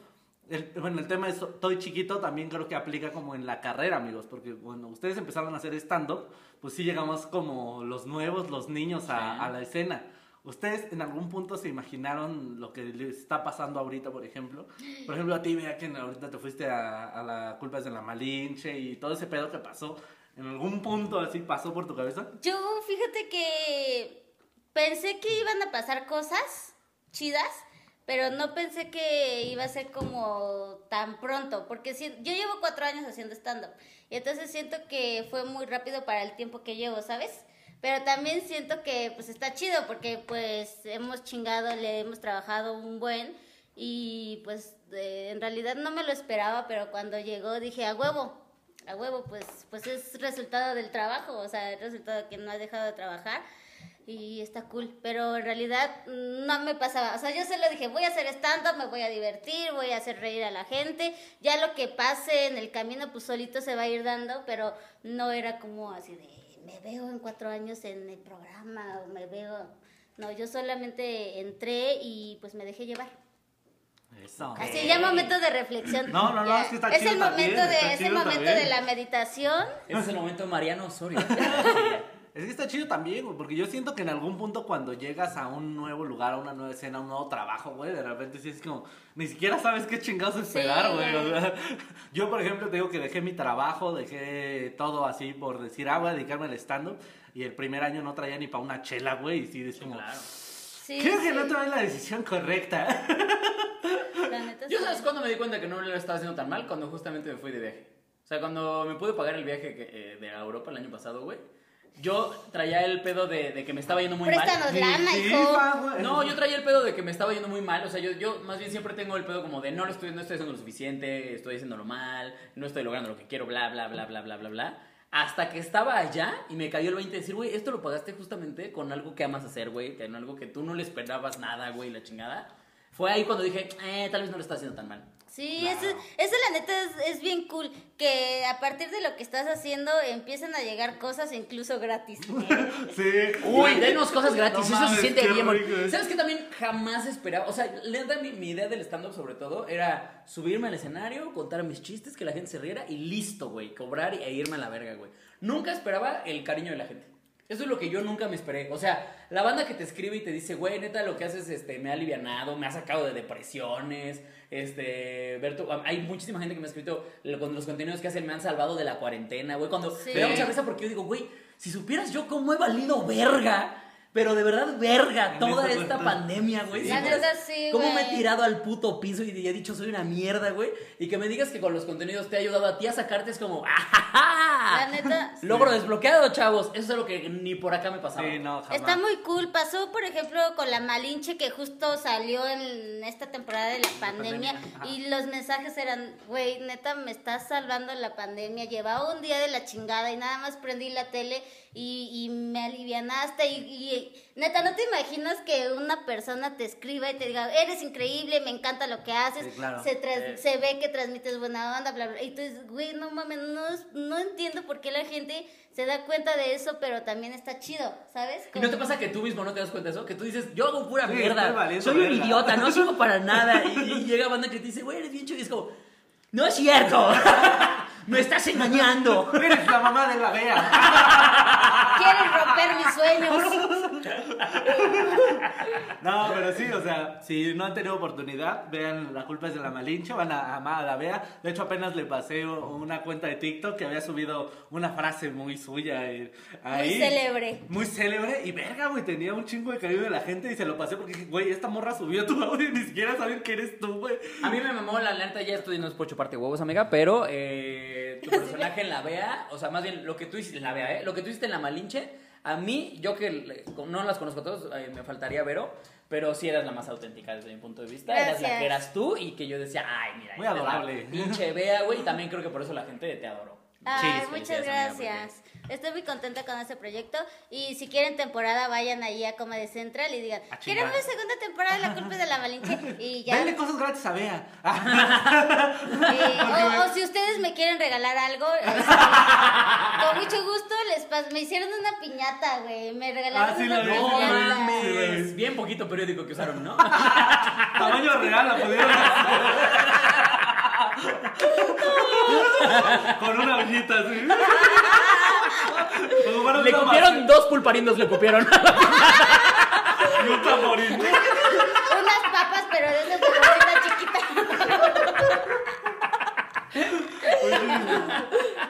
[SPEAKER 2] El- bueno, el tema de so- estoy chiquito también creo que aplica como en la carrera, amigos, porque cuando ustedes empezaron a hacer stand-up, pues sí llegamos como los nuevos, los niños a, a la escena. ¿Ustedes en algún punto se imaginaron lo que les está pasando ahorita, por ejemplo? Por ejemplo, a ti, vea que ahorita te fuiste a, a la culpa de la Malinche y todo ese pedo que pasó. ¿En algún punto así pasó por tu cabeza?
[SPEAKER 3] Yo fíjate que pensé que iban a pasar cosas chidas, pero no pensé que iba a ser como tan pronto, porque si, yo llevo cuatro años haciendo stand-up, y entonces siento que fue muy rápido para el tiempo que llevo, ¿sabes? Pero también siento que pues está chido, porque pues hemos chingado, le hemos trabajado un buen, y pues eh, en realidad no me lo esperaba, pero cuando llegó dije, a huevo, a huevo, pues, pues es resultado del trabajo, o sea, es resultado que no ha dejado de trabajar y está cool. Pero en realidad mm, no me pasaba, o sea, yo solo dije, voy a hacer stand-up, me voy a divertir, voy a hacer reír a la gente, ya lo que pase en el camino, pues solito se va a ir dando, pero no era como así de, me veo en cuatro años en el programa o me veo... No, yo solamente entré y pues me dejé llevar.
[SPEAKER 2] Eso.
[SPEAKER 3] Así ya momento de reflexión.
[SPEAKER 2] No, no, no,
[SPEAKER 3] Ya.
[SPEAKER 2] es que está
[SPEAKER 3] es
[SPEAKER 2] chido
[SPEAKER 3] el
[SPEAKER 2] también,
[SPEAKER 3] momento de,
[SPEAKER 2] está
[SPEAKER 3] es el
[SPEAKER 2] chido
[SPEAKER 3] momento
[SPEAKER 2] también.
[SPEAKER 3] de la meditación.
[SPEAKER 1] Ese es el momento de Mariano Osorio.
[SPEAKER 2] Es que está chido también, güey, porque yo siento que en algún punto cuando llegas a un nuevo lugar, a una nueva escena, a un nuevo trabajo, güey, de repente sí es como, ni siquiera sabes qué chingados esperar, güey. o sea, yo, por ejemplo, te digo que dejé mi trabajo, dejé todo así por decir, ah, voy a dedicarme al stand-up, y el primer año no traía ni para una chela, güey, y sí, es como,
[SPEAKER 1] Claro.
[SPEAKER 3] Sí,
[SPEAKER 2] creo que
[SPEAKER 3] sí,
[SPEAKER 2] no tomé la decisión correcta.
[SPEAKER 3] la neta
[SPEAKER 1] Yo
[SPEAKER 3] sí.
[SPEAKER 1] sabes cuándo me di cuenta que no lo estaba haciendo tan mal cuando justamente me fui de viaje. O sea, cuando me pude pagar el viaje que, eh, de Europa el año pasado, güey. Yo traía el pedo de, de que me estaba yendo muy mal.
[SPEAKER 3] Préstanos lana,
[SPEAKER 2] Sí,
[SPEAKER 3] Pues hijo.
[SPEAKER 2] va, güey.
[SPEAKER 1] No, yo traía el pedo de que me estaba yendo muy mal. O sea, yo, yo más bien siempre tengo el pedo como de no lo estoy, no estoy haciendo lo suficiente, estoy haciéndolo mal, no estoy logrando lo que quiero, bla, bla, bla, bla, bla, bla, bla. Hasta que estaba allá y me cayó el 20 de decir, güey, esto lo pagaste justamente con algo que amas hacer, güey, con algo que tú no le esperabas nada, güey, la chingada. Fue ahí cuando dije, eh, tal vez no lo está haciendo tan mal.
[SPEAKER 3] Sí, eso, eso la neta es, es bien cool, que a partir de lo que estás haciendo empiezan a llegar cosas incluso gratis.
[SPEAKER 2] Sí.
[SPEAKER 1] Uy, denos cosas gratis,
[SPEAKER 2] No
[SPEAKER 1] eso
[SPEAKER 2] mames,
[SPEAKER 1] se siente
[SPEAKER 2] qué
[SPEAKER 1] bien.
[SPEAKER 2] rico
[SPEAKER 1] bonito.
[SPEAKER 2] es.
[SPEAKER 1] ¿Sabes qué también jamás esperaba? O sea, la neta, mi, mi idea del stand-up sobre todo era subirme al escenario, contar mis chistes, que la gente se riera y listo, güey, cobrar e irme a la verga, güey. Nunca esperaba el cariño de la gente. Eso es lo que yo nunca me esperé. O sea, la banda que te escribe y te dice, güey, neta, lo que haces este, me ha alivianado, me ha sacado de depresiones. Este, Berto, hay muchísima gente que me ha escrito lo- con los contenidos que hacen, me han salvado de la cuarentena, güey. Cuando
[SPEAKER 3] Sí.
[SPEAKER 1] me da mucha risa porque yo digo, güey, si supieras yo cómo he valido verga, pero de verdad verga,
[SPEAKER 2] En
[SPEAKER 1] toda
[SPEAKER 2] esta
[SPEAKER 1] esta
[SPEAKER 2] cuarentena.
[SPEAKER 1] pandemia, güey.
[SPEAKER 3] Sí,
[SPEAKER 1] Si
[SPEAKER 3] La
[SPEAKER 1] supieras
[SPEAKER 3] neta, sí,
[SPEAKER 1] ¿Cómo me he
[SPEAKER 3] güey.
[SPEAKER 1] tirado al puto piso y he dicho soy una mierda, güey? Y que me digas que con los contenidos te ha ayudado a ti a sacarte es como, "Ah, ¡ajaja!
[SPEAKER 3] La neta,
[SPEAKER 1] Logro desbloqueado, chavos. Eso es lo que ni por acá me pasaba.
[SPEAKER 2] Sí, no, jamás.
[SPEAKER 3] Está muy cool. Pasó, por ejemplo, con la Malinche que justo salió en esta temporada de la pandemia.
[SPEAKER 2] pandemia, ajá.
[SPEAKER 3] Y los mensajes eran, güey, neta, me estás salvando la pandemia. Llevaba un día de la chingada y nada más prendí la tele y, y me alivianaste. Y, y, neta, ¿no te imaginas que una persona te escriba y te diga, eres increíble, me encanta lo que haces?
[SPEAKER 2] Sí, claro.
[SPEAKER 3] se, tras-
[SPEAKER 1] Sí.
[SPEAKER 3] se ve que transmites buena onda, bla, bla. Y tú dices, güey, no mames, no, es- no entiendo por qué la gente se da cuenta de eso, pero también está chido, ¿sabes?
[SPEAKER 1] ¿Y no te
[SPEAKER 3] Como-
[SPEAKER 1] pasa que tú mismo no te das cuenta de eso? Que tú dices, yo hago pura
[SPEAKER 2] Sí, estoy
[SPEAKER 1] mierda,
[SPEAKER 2] valiendo
[SPEAKER 1] soy un
[SPEAKER 2] verga".
[SPEAKER 1] idiota, no sirvo para nada. Y, y llega banda que te dice, güey, eres bien chido. Y es como, no es cierto, me estás engañando.
[SPEAKER 2] Eres la mamá de la Bea.
[SPEAKER 3] Quieren romper mis sueños.
[SPEAKER 2] No, pero sí, o sea, si no han tenido oportunidad, vean La culpa es de la Malinche, van a amar a la Bea. De hecho, apenas le pasé una cuenta de TikTok que había subido una frase muy suya eh, ahí.
[SPEAKER 3] Muy célebre.
[SPEAKER 2] Muy célebre. Y verga, güey, tenía un chingo de cariño de la gente y se lo pasé porque, dije, güey, esta morra subió tu audio y ni siquiera saben que eres tú, güey.
[SPEAKER 1] A mí me mamó la alerta, ya estoy, no es por chuparte huevos, amiga, pero eh, tu personaje en la BEA, o sea, más bien lo que tú hiciste en la BEA, ¿eh? lo que tú hiciste en la Malinche, a mí, yo que le- no las conozco a todos, eh, me faltaría Vero, pero sí eras la más auténtica desde mi punto de vista, eras la
[SPEAKER 3] Gracias.
[SPEAKER 1] que eras tú y que yo decía, ay, mira,
[SPEAKER 2] Muy
[SPEAKER 1] esta es la
[SPEAKER 2] adorable.
[SPEAKER 1] Pinche BEA, güey, y también creo que por eso la gente te adoró.
[SPEAKER 3] Ay,
[SPEAKER 1] Muchísimas
[SPEAKER 3] muchas
[SPEAKER 1] felicidades, amiga,
[SPEAKER 3] gracias. Estoy muy contenta con este proyecto. Y si quieren temporada, vayan ahí a Comedy Central y digan,
[SPEAKER 2] A chingar.
[SPEAKER 3] queremos segunda temporada de La Culpa es de la Malinche. Y ya.
[SPEAKER 2] Dale cosas gratis a Bea.
[SPEAKER 3] Eh, o, o si ustedes me quieren regalar algo, este, con mucho gusto les pas- Me hicieron una piñata, güey. Me regalaron
[SPEAKER 2] Ah, sí,
[SPEAKER 3] una
[SPEAKER 2] la vi.
[SPEAKER 1] porque- No
[SPEAKER 2] Sí,
[SPEAKER 3] piñata.
[SPEAKER 1] mames,
[SPEAKER 2] güey.
[SPEAKER 1] bien poquito periódico que usaron, ¿no?
[SPEAKER 2] Ah, Tamaño real, la pudieron hacer. Con una ollita así. Como para
[SPEAKER 1] Le
[SPEAKER 2] una
[SPEAKER 1] copiaron dos pulparindos, le copiaron.
[SPEAKER 2] masita Y un tamborín.
[SPEAKER 3] Unas papas, pero de esas de bolsita chiquita.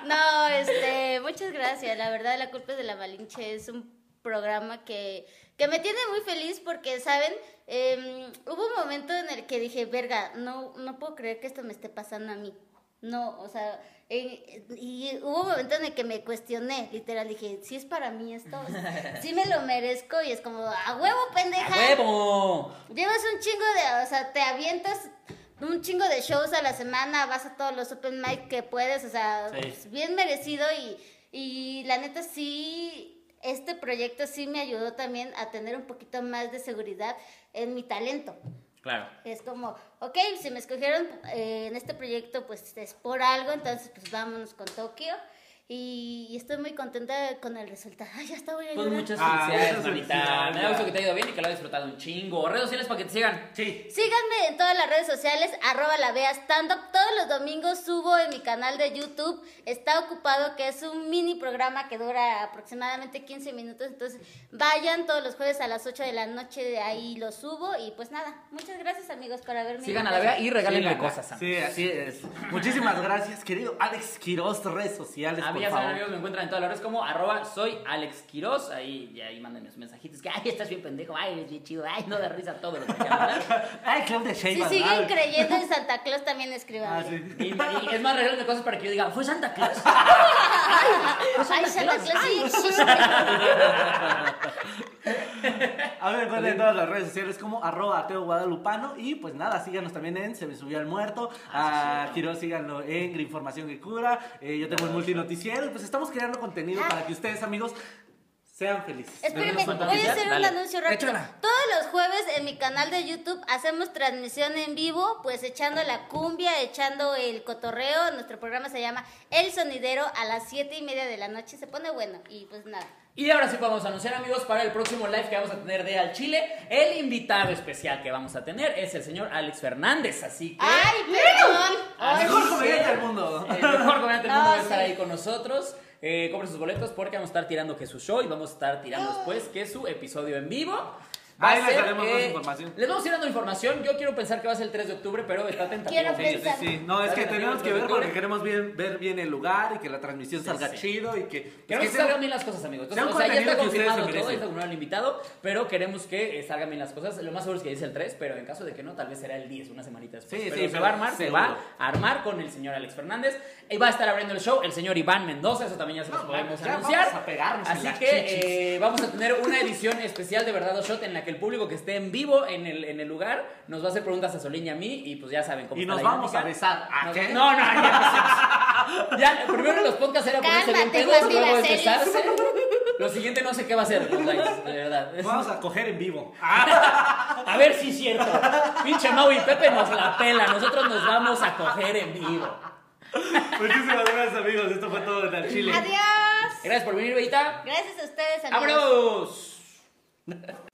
[SPEAKER 3] No, este, muchas gracias. La verdad, La Culpa es de la Malinche es un programa que, que me tiene muy feliz porque, ¿saben? Em, hubo un momento en el que dije, verga, no, no puedo creer que esto me esté pasando a mí. No, o sea, eh, y hubo un momento en el que me cuestioné, literal, dije, si es para mí esto, O sea, sí me lo merezco y es como, a huevo, pendeja.
[SPEAKER 1] ¡Huevo!
[SPEAKER 3] Llevas un chingo de, o sea, te avientas un chingo de shows a la semana, vas a todos los open mic que puedes, o sea,
[SPEAKER 2] Sí.
[SPEAKER 3] es bien merecido y, y la neta sí, este proyecto sí me ayudó también a tener un poquito más de seguridad en mi talento.
[SPEAKER 1] Claro.
[SPEAKER 3] Es como, ok, si me escogieron eh, en este proyecto, pues es por algo, entonces pues vámonos con Tokio. Y, y estoy muy contenta con el resultado. Ay, ya está, voy a
[SPEAKER 1] Pues
[SPEAKER 3] llorar.
[SPEAKER 1] muchas
[SPEAKER 2] Ah,
[SPEAKER 1] felicidades,
[SPEAKER 2] muchas
[SPEAKER 1] manita.
[SPEAKER 2] felicidades.
[SPEAKER 1] Me da gusto que te haya ido bien y que lo hayas disfrutado un chingo. Redes sociales para que te sigan.
[SPEAKER 2] Sí.
[SPEAKER 3] Síganme en todas las redes sociales, arroba la vea stand up. Todos los domingos subo en mi canal de YouTube. Está ocupado, que es un mini programa que dura aproximadamente 15 minutos. Entonces, vayan todos los jueves a las 8 de la noche, de ahí lo subo. Y pues nada, muchas gracias amigos por haberme
[SPEAKER 1] Sigan a la vea y regálenme
[SPEAKER 2] Síganla.
[SPEAKER 1] cosas.
[SPEAKER 2] Sí, así es. Muchísimas gracias, querido Alex Quiroz, redes sociales,
[SPEAKER 1] Amigas
[SPEAKER 2] por
[SPEAKER 1] y
[SPEAKER 2] favor.
[SPEAKER 1] amigos me encuentran en todas las redes como arroba soy Alex Quiroz. Ahí, y ahí mándenme sus mensajitos. Que ay, estás bien pendejo. Ay, eres bien chido. Ay, no da risa todo lo que te llaman, ¿verdad?
[SPEAKER 2] Ay, Claudia
[SPEAKER 3] Si
[SPEAKER 2] Sheinbaum.
[SPEAKER 3] siguen
[SPEAKER 2] ay.
[SPEAKER 3] creyendo en Santa Claus, también
[SPEAKER 2] Ah,
[SPEAKER 3] escriban.
[SPEAKER 2] sí.
[SPEAKER 1] Y, y es más, regálenme cosas para que yo diga, fue Santa Claus.
[SPEAKER 3] Ay, Santa Claus sí existe.
[SPEAKER 2] A ver, recuerden en todas las redes sociales como arroba ateo guadalupano y pues nada, síganos también en Se me subió al muerto,
[SPEAKER 1] Ah,
[SPEAKER 2] a
[SPEAKER 1] sí,
[SPEAKER 2] Quiroz síganlo en Información que cura, eh, yo
[SPEAKER 1] Ah,
[SPEAKER 2] tengo el multinoticiero y pues estamos creando
[SPEAKER 3] Ah.
[SPEAKER 2] contenido para que ustedes amigos sean felices.
[SPEAKER 3] Espérenme,
[SPEAKER 1] ¿Tenemos cuenta
[SPEAKER 3] voy a
[SPEAKER 1] oficial?
[SPEAKER 3] hacer un
[SPEAKER 1] Dale.
[SPEAKER 3] anuncio rápido.
[SPEAKER 2] Échala.
[SPEAKER 3] Todos los jueves en mi canal de YouTube hacemos transmisión en vivo, pues echando la cumbia, echando el cotorreo. Nuestro programa se llama El Sonidero a las siete y media de la noche. Se pone bueno y pues nada.
[SPEAKER 1] Y ahora sí vamos a anunciar amigos para el próximo live que vamos a tener de Al Chile. El invitado especial que vamos a tener es el señor Alex Fernández, así que...
[SPEAKER 3] ¡Ay, perdón!
[SPEAKER 2] Al
[SPEAKER 1] Así
[SPEAKER 2] mejor
[SPEAKER 1] que-
[SPEAKER 2] comediante del mundo.
[SPEAKER 1] El mejor comediante del
[SPEAKER 3] No,
[SPEAKER 1] mundo va a estar
[SPEAKER 3] Ah, sí.
[SPEAKER 1] ahí con nosotros. Eh, compren sus boletos porque vamos a estar tirando que su show y vamos a estar tirando
[SPEAKER 3] Ah.
[SPEAKER 1] después que su episodio en vivo. Va
[SPEAKER 2] Ahí
[SPEAKER 1] a
[SPEAKER 2] les
[SPEAKER 1] ser, eh,
[SPEAKER 2] daremos más información.
[SPEAKER 1] Les vamos a ir dando información. Yo quiero pensar que va a ser el 3 de octubre, pero está tentativo.
[SPEAKER 3] Quiero
[SPEAKER 2] Sí, sí, sí. No, es que
[SPEAKER 1] Salen amigos
[SPEAKER 2] tenemos que
[SPEAKER 1] los
[SPEAKER 2] ver porque
[SPEAKER 1] youtubers.
[SPEAKER 2] queremos bien, ver bien el lugar y que la transmisión salga
[SPEAKER 1] sí.
[SPEAKER 2] chido y que. pues,
[SPEAKER 1] Queremos
[SPEAKER 2] que
[SPEAKER 1] que
[SPEAKER 2] sea-
[SPEAKER 1] salgan bien las cosas, amigos. Entonces,
[SPEAKER 2] sea
[SPEAKER 1] o
[SPEAKER 2] un
[SPEAKER 1] sea, ya está
[SPEAKER 2] contenido que ustedes
[SPEAKER 1] confirmado
[SPEAKER 2] se
[SPEAKER 1] todo,
[SPEAKER 2] merecen.
[SPEAKER 1] ya está confirmado el invitado, pero queremos que eh, salgan bien las cosas. Lo más seguro es que dice el 3, pero en caso de que no, tal vez será el 10, una semanita después.
[SPEAKER 2] Sí,
[SPEAKER 1] pero
[SPEAKER 2] sí,
[SPEAKER 1] se
[SPEAKER 2] pero
[SPEAKER 1] va a armar,
[SPEAKER 2] seguro.
[SPEAKER 1] se va a armar con el señor Alex Fernández. Y va a estar abriendo el show el señor Iván Mendoza, eso también ya se los
[SPEAKER 2] No,
[SPEAKER 1] podemos
[SPEAKER 2] ya
[SPEAKER 1] anunciar.
[SPEAKER 2] vamos a pegarnos en
[SPEAKER 1] Así
[SPEAKER 2] las chichis.
[SPEAKER 1] que eh, vamos a tener una edición especial de Verdad o Shot en la que el público que esté en vivo en el, en el lugar nos va a hacer preguntas a Solín y a mí, y pues ya saben cómo
[SPEAKER 2] Y
[SPEAKER 1] está
[SPEAKER 2] nos
[SPEAKER 1] la
[SPEAKER 2] vamos a
[SPEAKER 1] dinámica.
[SPEAKER 2] besar. ¿A
[SPEAKER 1] Nos-
[SPEAKER 2] qué?
[SPEAKER 1] No, no, ya empezamos. Ya, primero los podcasts era ponerse bien
[SPEAKER 3] Cálmate,
[SPEAKER 1] pedos,
[SPEAKER 3] Juan,
[SPEAKER 1] luego
[SPEAKER 3] viva series.
[SPEAKER 1] empezarse. Lo siguiente no sé qué va a ser, los likes, de verdad.
[SPEAKER 2] Vamos a coger en vivo. Ah,
[SPEAKER 1] A ver si es cierto. Pinche Mau y Pepe nos la pela. Nosotros nos vamos a coger en vivo.
[SPEAKER 2] Muchísimas gracias, amigos. Esto fue todo desde el Chile.
[SPEAKER 3] Adiós.
[SPEAKER 1] Gracias por venir, Beita.
[SPEAKER 3] Gracias a ustedes, amigos.
[SPEAKER 1] ¡Vámonos!